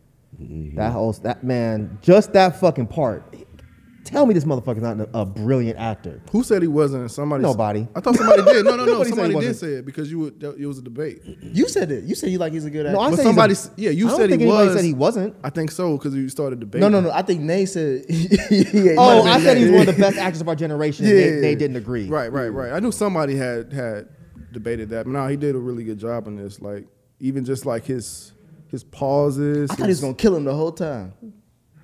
Speaker 4: That whole that man, just that fucking part. Tell me this motherfucker's not a brilliant actor.
Speaker 3: Who said he wasn't? Somebody.
Speaker 4: Nobody.
Speaker 3: I thought somebody did. No, no, no.
Speaker 4: Nobody said he
Speaker 3: somebody did
Speaker 4: wasn't.
Speaker 3: say it because you would. It was a debate.
Speaker 2: You said it. You said you like he's a good actor.
Speaker 4: I
Speaker 3: But
Speaker 4: said he's
Speaker 3: somebody
Speaker 4: a-
Speaker 3: s- yeah, you
Speaker 4: I don't
Speaker 3: said he
Speaker 4: think anybody
Speaker 3: was.
Speaker 4: said he wasn't.
Speaker 3: I think so because you started debating.
Speaker 2: no, no, no. I think Nay said. he ain't
Speaker 4: Oh,
Speaker 2: might've
Speaker 4: I
Speaker 2: been
Speaker 4: said
Speaker 2: Nay.
Speaker 4: he's one of the best actors of our generation. and
Speaker 2: Yeah.
Speaker 4: they, they didn't agree.
Speaker 3: Right, right, right. I knew somebody had had debated that. But no, he did a really good job in this. Like even just like his his pauses.
Speaker 2: I thought he was
Speaker 3: his-
Speaker 2: gonna kill him the whole time.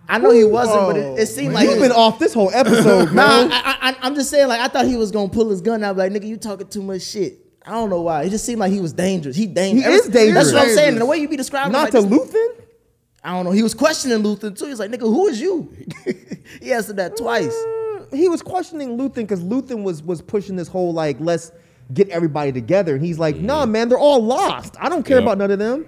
Speaker 2: I know he wasn't, but
Speaker 4: Oh,
Speaker 2: it, it seemed like
Speaker 4: You've been off this whole episode, bro.
Speaker 6: Nah, I, I, I'm just saying, like, I thought he was gonna pull his gun out, like, nigga, you talking too much shit. I don't know why. It just seemed like he was dangerous. He dangerous.
Speaker 4: He is dangerous.
Speaker 6: That's what I'm saying. And the way you be describing, him,
Speaker 4: Not
Speaker 6: like,
Speaker 4: to
Speaker 6: this-
Speaker 4: Luthen.
Speaker 6: I don't know. He was questioning Luther too. He's like, nigga, who is you? he answered that twice.
Speaker 4: Mm, He was questioning Luthen because Luthen was was pushing this whole like let's get everybody together, and he's like, Nah, man, they're all lost. I don't care
Speaker 1: Yep.
Speaker 4: about none of them.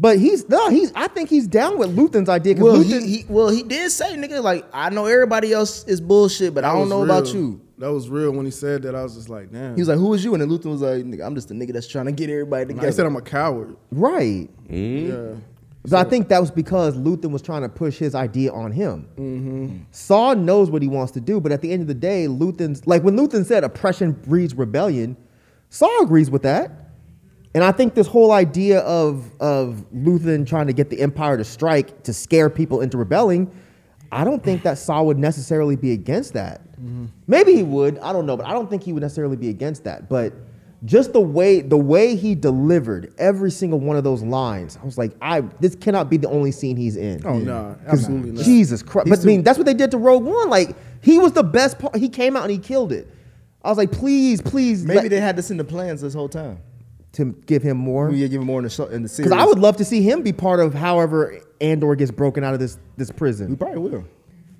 Speaker 4: But he's no, he's. I think he's down with Luthen's idea because
Speaker 6: Well,
Speaker 4: Luthen.
Speaker 6: he, he well he did say, nigga, like, I know everybody else is bullshit, but I
Speaker 3: that
Speaker 6: don't
Speaker 3: was
Speaker 6: know
Speaker 3: real.
Speaker 6: about you.
Speaker 3: That was real when he said that. I was just like, damn.
Speaker 2: He was like, "Who is you?" And then Luther was like, nigga, "I'm just a nigga that's trying to get everybody
Speaker 3: Nah,
Speaker 2: together."
Speaker 3: he said I'm a coward.
Speaker 4: right.
Speaker 3: Yeah.
Speaker 4: But I think that was because Luthen was trying to push his idea on him. Saw knows what he wants to do, but at the end of the day, Luthen's like when Luthen said oppression breeds rebellion, Saw agrees with that. And I think this whole idea of of Luthen trying to get the Empire to strike to scare people into rebelling, I don't think that Saw would necessarily be against that. Maybe he would, I don't know, but I don't think he would necessarily be against that. But just the way the way he delivered every single one of those lines, I was like, I this cannot be the only scene he's in.
Speaker 3: Oh no, absolutely not.
Speaker 4: Jesus Christ! But I mean, that's what they did to Rogue One. Like he was the best part. He came out and he killed it. I was like, please, please,
Speaker 2: Maybe
Speaker 4: let-
Speaker 2: they had this in the plans this whole time.
Speaker 4: to give him more.
Speaker 2: We give him more in the show, in the series.
Speaker 4: Because I would love to see him be part of however Andor gets broken out of this this
Speaker 2: We
Speaker 4: prison.
Speaker 2: probably will.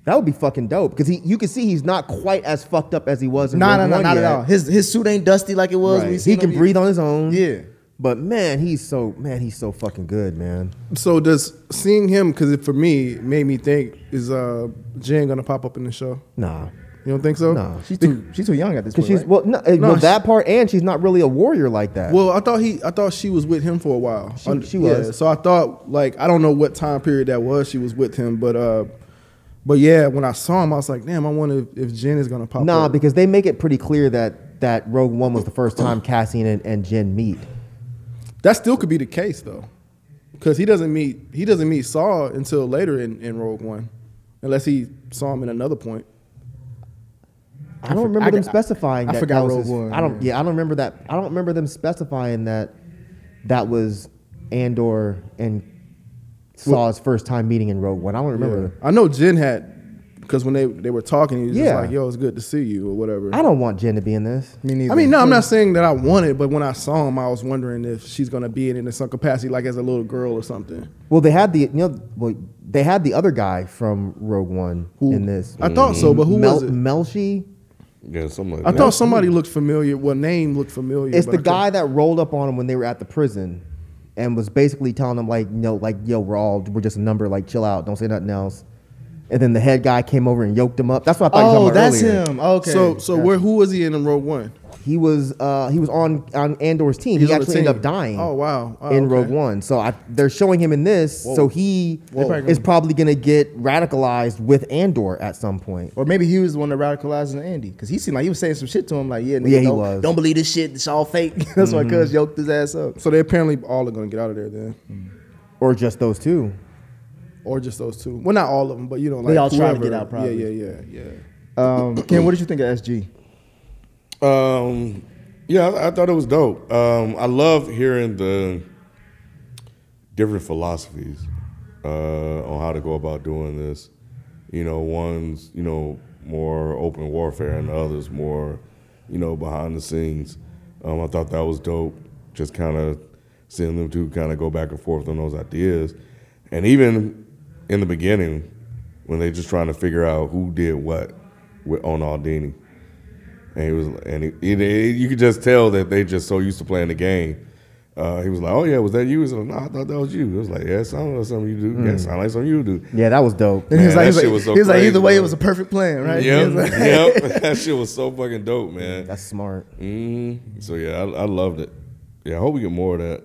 Speaker 4: That would be fucking dope because he, you can see he's not quite as fucked up as he was. in
Speaker 6: No,
Speaker 4: Rogue
Speaker 6: no, no,
Speaker 4: One
Speaker 6: not at
Speaker 4: yet.
Speaker 6: all. His his suit ain't dusty like it was. when we
Speaker 4: Right. He
Speaker 6: seen
Speaker 4: can
Speaker 6: him.
Speaker 4: breathe on his own.
Speaker 6: Yeah.
Speaker 4: But man, he's so man, he's so fucking good, man.
Speaker 3: So does seeing him because for me it made me think is uh Jen gonna pop up in the show?
Speaker 4: Nah,
Speaker 3: You don't think so?
Speaker 4: Nah.
Speaker 2: She's too, she's too young at this point.
Speaker 4: because she's
Speaker 2: right?
Speaker 4: well, no, eh, well,
Speaker 3: she-
Speaker 4: that part, and she's not really a warrior like that.
Speaker 3: Well, I thought he I thought she was with him for a while.
Speaker 4: She-
Speaker 3: Un-
Speaker 4: she
Speaker 3: Yeah,
Speaker 4: was.
Speaker 3: so I thought like I don't know what time period that was she was with him, but uh but yeah, when I saw him, I was like, damn, I wonder if, if Jen is gonna pop
Speaker 4: nah,
Speaker 3: up.
Speaker 4: because they make it pretty clear that that Rogue One was the first time Cassian and, and Jen meet.
Speaker 3: that still could be the case though. Cause he doesn't meet he doesn't meet Saw until later in, in Rogue One. Unless he saw him in another point.
Speaker 4: I don't remember
Speaker 2: I-
Speaker 4: them
Speaker 2: I-
Speaker 4: specifying.
Speaker 2: I
Speaker 4: that
Speaker 2: forgot
Speaker 4: that was
Speaker 2: Rogue
Speaker 4: his-
Speaker 2: One,
Speaker 4: I don't. Yeah. I don't remember that. I don't remember them specifying that that was Andor and Saw's first time meeting in Rogue One. I don't remember.
Speaker 3: I know Jen had because when they, they were talking, he was
Speaker 4: Yeah.
Speaker 3: just like, "Yo, it's good to see you" or whatever.
Speaker 4: I don't want Jen to be in this.
Speaker 2: Me neither.
Speaker 3: I mean, no, I'm not saying that I want it, but when I saw him, I was wondering if she's gonna be in it in some capacity, like as a little girl or something.
Speaker 4: Well, they had the you know well, they had the other guy from Rogue One
Speaker 3: Who-
Speaker 4: in this.
Speaker 3: I thought so, but who
Speaker 4: Mel-
Speaker 3: was it?
Speaker 4: Melshi.
Speaker 1: Yeah, something like
Speaker 3: I
Speaker 1: that.
Speaker 3: thought somebody looked familiar. Well, name looked familiar.
Speaker 4: It's
Speaker 3: but
Speaker 4: the
Speaker 3: I couldn't-
Speaker 4: guy that rolled up on him when they were at the prison, and was basically telling them like, no, like yo, we're all we're just a number. Like, chill out, don't say nothing else. And then the head guy came over and yoked him up. That's what I thought. you
Speaker 6: Oh,
Speaker 4: were talking about
Speaker 6: that's
Speaker 4: earlier.
Speaker 3: Um,
Speaker 6: him. Okay.
Speaker 3: So, so where? Who was he in in Rogue One?
Speaker 4: He was uh, he was on on Andor's team.
Speaker 3: He's
Speaker 4: he
Speaker 3: on the
Speaker 4: actually ended
Speaker 3: team.
Speaker 4: up dying.
Speaker 3: Oh, wow. Oh,
Speaker 4: in
Speaker 3: okay.
Speaker 4: Rogue One, so I, they're showing him in this. So he is probably gonna get radicalized with Andor at some point.
Speaker 6: Or maybe he was the one that radicalizing Andy because he seemed like he was saying some shit to him, like, "Yeah, nigga,
Speaker 4: Yeah, he
Speaker 6: don't,
Speaker 4: was.
Speaker 6: don't believe this shit. It's all fake." That's why Cuz yoked his ass up.
Speaker 3: So they apparently all are gonna get out of there then,
Speaker 4: Or just those two.
Speaker 3: or just those two. Well, not all of them, but you know, like
Speaker 6: They all trying to
Speaker 3: whoever.
Speaker 6: get out,
Speaker 3: Yeah,
Speaker 6: probably.
Speaker 3: yeah, yeah, yeah.
Speaker 2: Um, Ken, what did you think of SG?
Speaker 1: Um, yeah, I, I thought it was dope. Um, I love hearing the different philosophies uh, on how to go about doing this. You know, one's you know more open warfare, and the others more you know behind the scenes. Um, I thought that was dope. Just kind of seeing them two kind of go back and forth on those ideas, and even in the beginning when they just trying to figure out who did what with, on Aldini. And he was, and he, it- it- you could just tell that they just so used to playing the game. Uh, he was like, "Oh yeah, was that you?" He was like, "No, I thought that was you." It was like, "Yeah, it sounded like something you do. Yeah, it sounded like something you do."
Speaker 4: Yeah, that was dope.
Speaker 6: he was
Speaker 1: Man,
Speaker 6: Hmm.
Speaker 1: that
Speaker 6: like, he was
Speaker 1: shit
Speaker 6: like,
Speaker 1: was so
Speaker 6: he was like,
Speaker 1: crazy,
Speaker 6: either way, it
Speaker 1: bro.
Speaker 6: was a perfect plan, right? He
Speaker 1: Yep,
Speaker 6: was like-
Speaker 1: yep. That shit was so fucking dope, man.
Speaker 4: That's smart.
Speaker 1: Mhm. So yeah, I, I loved it. Yeah, I hope we get more of that.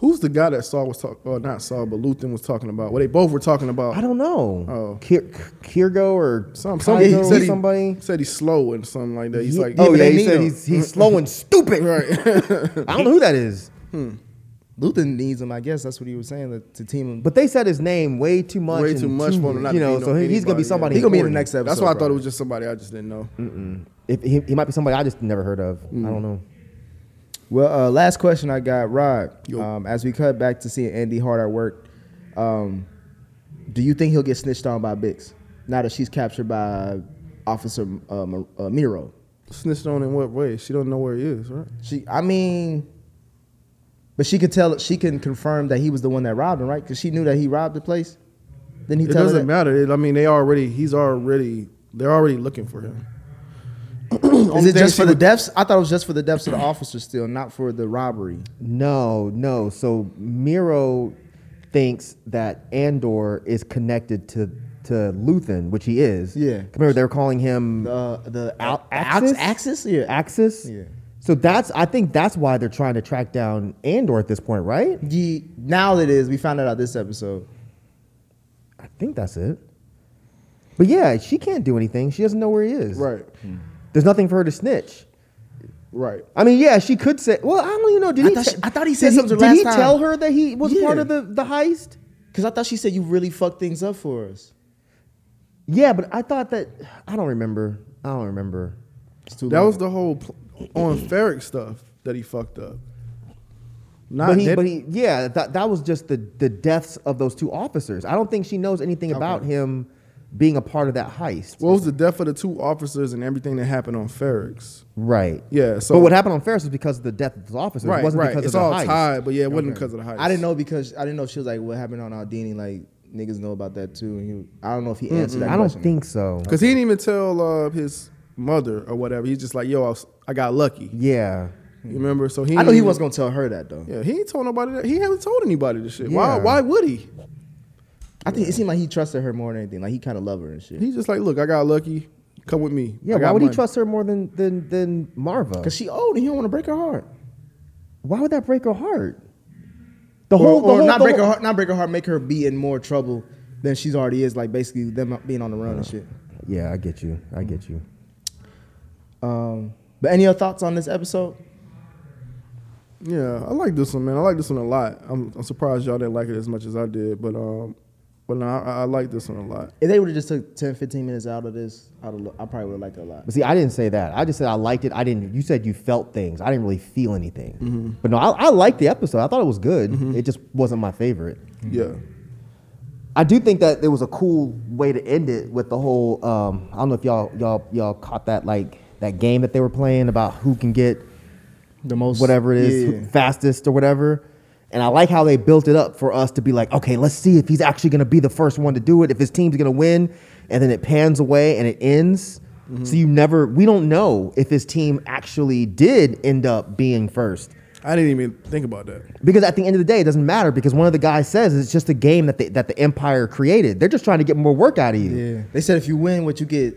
Speaker 3: Who's the guy that Saul was talking? Oh, not Saul, but Luthen was talking about. Well, they both were talking about.
Speaker 4: I don't know.
Speaker 3: Oh.
Speaker 4: Kier- Kiergo or
Speaker 3: Some,
Speaker 4: some,
Speaker 3: some, he said he,
Speaker 4: somebody.
Speaker 3: said he's slow and something like that. He's like,
Speaker 4: oh
Speaker 6: but
Speaker 4: yeah,
Speaker 6: they
Speaker 4: he
Speaker 6: need
Speaker 4: said
Speaker 6: him.
Speaker 4: he's, he's slow and stupid. I don't know who that is,
Speaker 6: Luther needs him, I guess. That's what he was saying that, to team him.
Speaker 4: but they said his name way too much.
Speaker 3: Way
Speaker 4: and
Speaker 3: too much for him not
Speaker 4: You
Speaker 3: to
Speaker 4: know,
Speaker 3: be
Speaker 4: so
Speaker 3: no
Speaker 4: he- he's gonna
Speaker 3: anybody,
Speaker 4: be
Speaker 3: yeah.
Speaker 4: somebody.
Speaker 6: He gonna be in the
Speaker 4: important.
Speaker 6: next episode.
Speaker 3: that's why I thought it
Speaker 6: probably.
Speaker 3: was just somebody I just didn't know.
Speaker 4: If he, he might be somebody I just never heard of.
Speaker 3: Mm.
Speaker 4: I don't know.
Speaker 2: Well, uh, last question I got, Rod.
Speaker 3: Yo.
Speaker 2: Um, as we cut back to seeing Andy hard at work, um, do you think he'll get snitched on by Bix now that she's captured by Officer uh, Ma- uh, Miro?
Speaker 3: Snitched on in what way? She don't know where he is, right?
Speaker 2: She, I mean, but she could tell. She can confirm that he was the one that robbed him, right? Because she knew that he robbed the place. Then he
Speaker 3: It
Speaker 2: tell her that?
Speaker 3: doesn't matter. It- I mean, they already. He's already. They're already looking for him.
Speaker 2: Is
Speaker 3: Only
Speaker 2: it
Speaker 3: thing
Speaker 2: just
Speaker 3: she
Speaker 2: for the
Speaker 3: would-
Speaker 2: deaths? I thought it was just for the deaths of the officers, still not for the robbery.
Speaker 4: No, no. So Miro thinks that Andor is connected to to Luthen, which he is.
Speaker 2: Yeah.
Speaker 4: Remember they were calling him
Speaker 2: The the
Speaker 4: Al-
Speaker 6: Ax-
Speaker 4: Axis?
Speaker 6: Axis? Yeah.
Speaker 4: Axis.
Speaker 2: Yeah.
Speaker 4: So that's I think that's why they're trying to track down Andor at this point, right?
Speaker 2: Ye- now it is. We found that out this episode.
Speaker 4: I think that's it. But yeah, she can't do anything. She doesn't know where he is.
Speaker 3: Right.
Speaker 4: There's nothing for her to snitch.
Speaker 3: Right.
Speaker 4: I mean, yeah, she could say. Well, I don't even know. Did
Speaker 6: I
Speaker 4: he?
Speaker 6: thought
Speaker 4: te-
Speaker 6: she- I thought he said
Speaker 4: did
Speaker 6: something
Speaker 4: Did he
Speaker 6: last time.
Speaker 4: tell her that he was
Speaker 6: Yeah.
Speaker 4: part of the, the heist?
Speaker 6: Because I thought she said you really fucked things up for us.
Speaker 4: Yeah, but I thought that I don't remember. I don't remember.
Speaker 2: It's too
Speaker 3: That
Speaker 2: late.
Speaker 3: was the whole pl- on Ferrick stuff that he fucked up. Not
Speaker 4: But he,
Speaker 3: that-
Speaker 4: but he, yeah, that that was just the the deaths of those two officers. I don't think she knows anything about him being a part of that heist.
Speaker 3: What was the death of the two officers and everything that happened on Ferrick's?
Speaker 4: right.
Speaker 3: Yeah. So
Speaker 4: but what happened on Ferris was because of the death of those officers.
Speaker 3: Right.
Speaker 4: it wasn't
Speaker 3: right.
Speaker 4: because
Speaker 3: it's
Speaker 4: of the
Speaker 3: all
Speaker 4: heist.
Speaker 3: tied, but yeah, it wasn't because of the heist.
Speaker 6: I didn't know because I didn't know if she was like what happened on Aldini. Like
Speaker 2: niggas know about that too. And he, I don't know if he answered that.
Speaker 4: I don't
Speaker 2: question.
Speaker 4: think so.
Speaker 3: Because he didn't even tell uh, his mother or whatever. He's just like, yo, I, was, I got lucky.
Speaker 4: Yeah.
Speaker 3: You remember? So he.
Speaker 2: I know
Speaker 3: ain't
Speaker 2: he
Speaker 3: even-
Speaker 2: wasn't gonna tell her that though.
Speaker 3: Yeah, he ain't told nobody that. He haven't told anybody this shit. Why?
Speaker 4: Yeah.
Speaker 3: Why would he?
Speaker 2: I think it seemed like he trusted her more than anything. Like he kind of loved her and shit.
Speaker 3: He's just like, look, I got lucky. Come with me.
Speaker 4: Yeah,
Speaker 3: I got
Speaker 4: why would he
Speaker 3: money."
Speaker 4: trust her more than than than Marva?
Speaker 2: Cause she old and he don't want to break her heart.
Speaker 4: Why would that break her heart? The
Speaker 2: Or,
Speaker 4: whole, the
Speaker 2: or
Speaker 4: whole
Speaker 2: not
Speaker 4: the
Speaker 2: break her
Speaker 4: whole-
Speaker 2: heart. Not break her heart. Make her be in more trouble than she's already is. Like basically them being on the run and shit.
Speaker 4: Yeah, I get you. I get you.
Speaker 2: Um, but any other thoughts on this episode?
Speaker 3: Yeah, I like this one, man. I like this one a lot. I'm, I'm surprised y'all didn't like it as much as I did, but um, but no, I, I like this one a lot.
Speaker 2: If they would have just took 10, 15 minutes out of this, I'd have, lo- I probably would have liked it a lot.
Speaker 4: But see, I didn't say that. I just said I liked it. I didn't. You said you felt things. I didn't really feel anything.
Speaker 3: Mm-hmm.
Speaker 4: But no, I, I liked the episode. I thought it was good. It just wasn't my favorite.
Speaker 3: Yeah,
Speaker 4: I do think that there was a cool way to end it with the whole. Um, I don't know if y'all y'all y'all caught that like that game that they were playing about who can get
Speaker 2: The most
Speaker 4: whatever it is
Speaker 2: Yeah.
Speaker 4: fastest or whatever. And I like how they built it up for us to be like, okay, let's see if he's actually going to be the first one to do it, if his team's going to win, and then it pans away and it ends.
Speaker 2: Mm-hmm.
Speaker 4: So you never, we don't know if his team actually did end up being first.
Speaker 3: I didn't even think about that.
Speaker 4: Because at the end of the day, it doesn't matter because one of the guys says it's just a game that the, that the Empire created. They're just trying to get more work out of you.
Speaker 2: Yeah. They said if you win, what you get,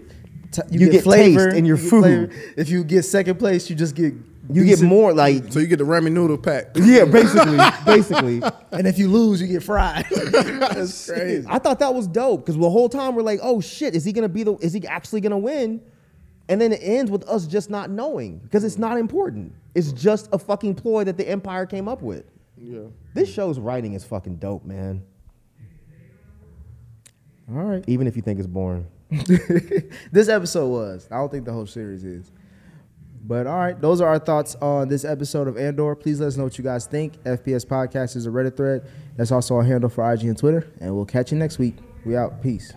Speaker 2: t- you,
Speaker 4: You
Speaker 2: get,
Speaker 4: get
Speaker 2: flavor
Speaker 4: taste in your
Speaker 2: you get
Speaker 4: food.
Speaker 2: If you get second place, you just get
Speaker 4: You get
Speaker 2: decent-
Speaker 4: more like,
Speaker 3: So you get the ramen noodle pack.
Speaker 4: yeah, basically, basically.
Speaker 2: and if you lose, you get fried.
Speaker 3: That's crazy.
Speaker 4: I thought that was dope because the whole time we're like, oh shit, is he gonna be the? Is he actually gonna win? And then it ends with us just not knowing because it's not important. It's just a fucking ploy that the Empire came up with.
Speaker 3: Yeah.
Speaker 4: This show's writing is fucking dope, man.
Speaker 2: All right.
Speaker 4: Even if you think it's boring.
Speaker 2: this episode was. I don't think the whole series is. But all right, those are our thoughts on this episode of Andor. Please let us know what you guys think. FPS Podcast is a Reddit thread. That's also our handle for IG and Twitter. And we'll catch you next week. We out. Peace.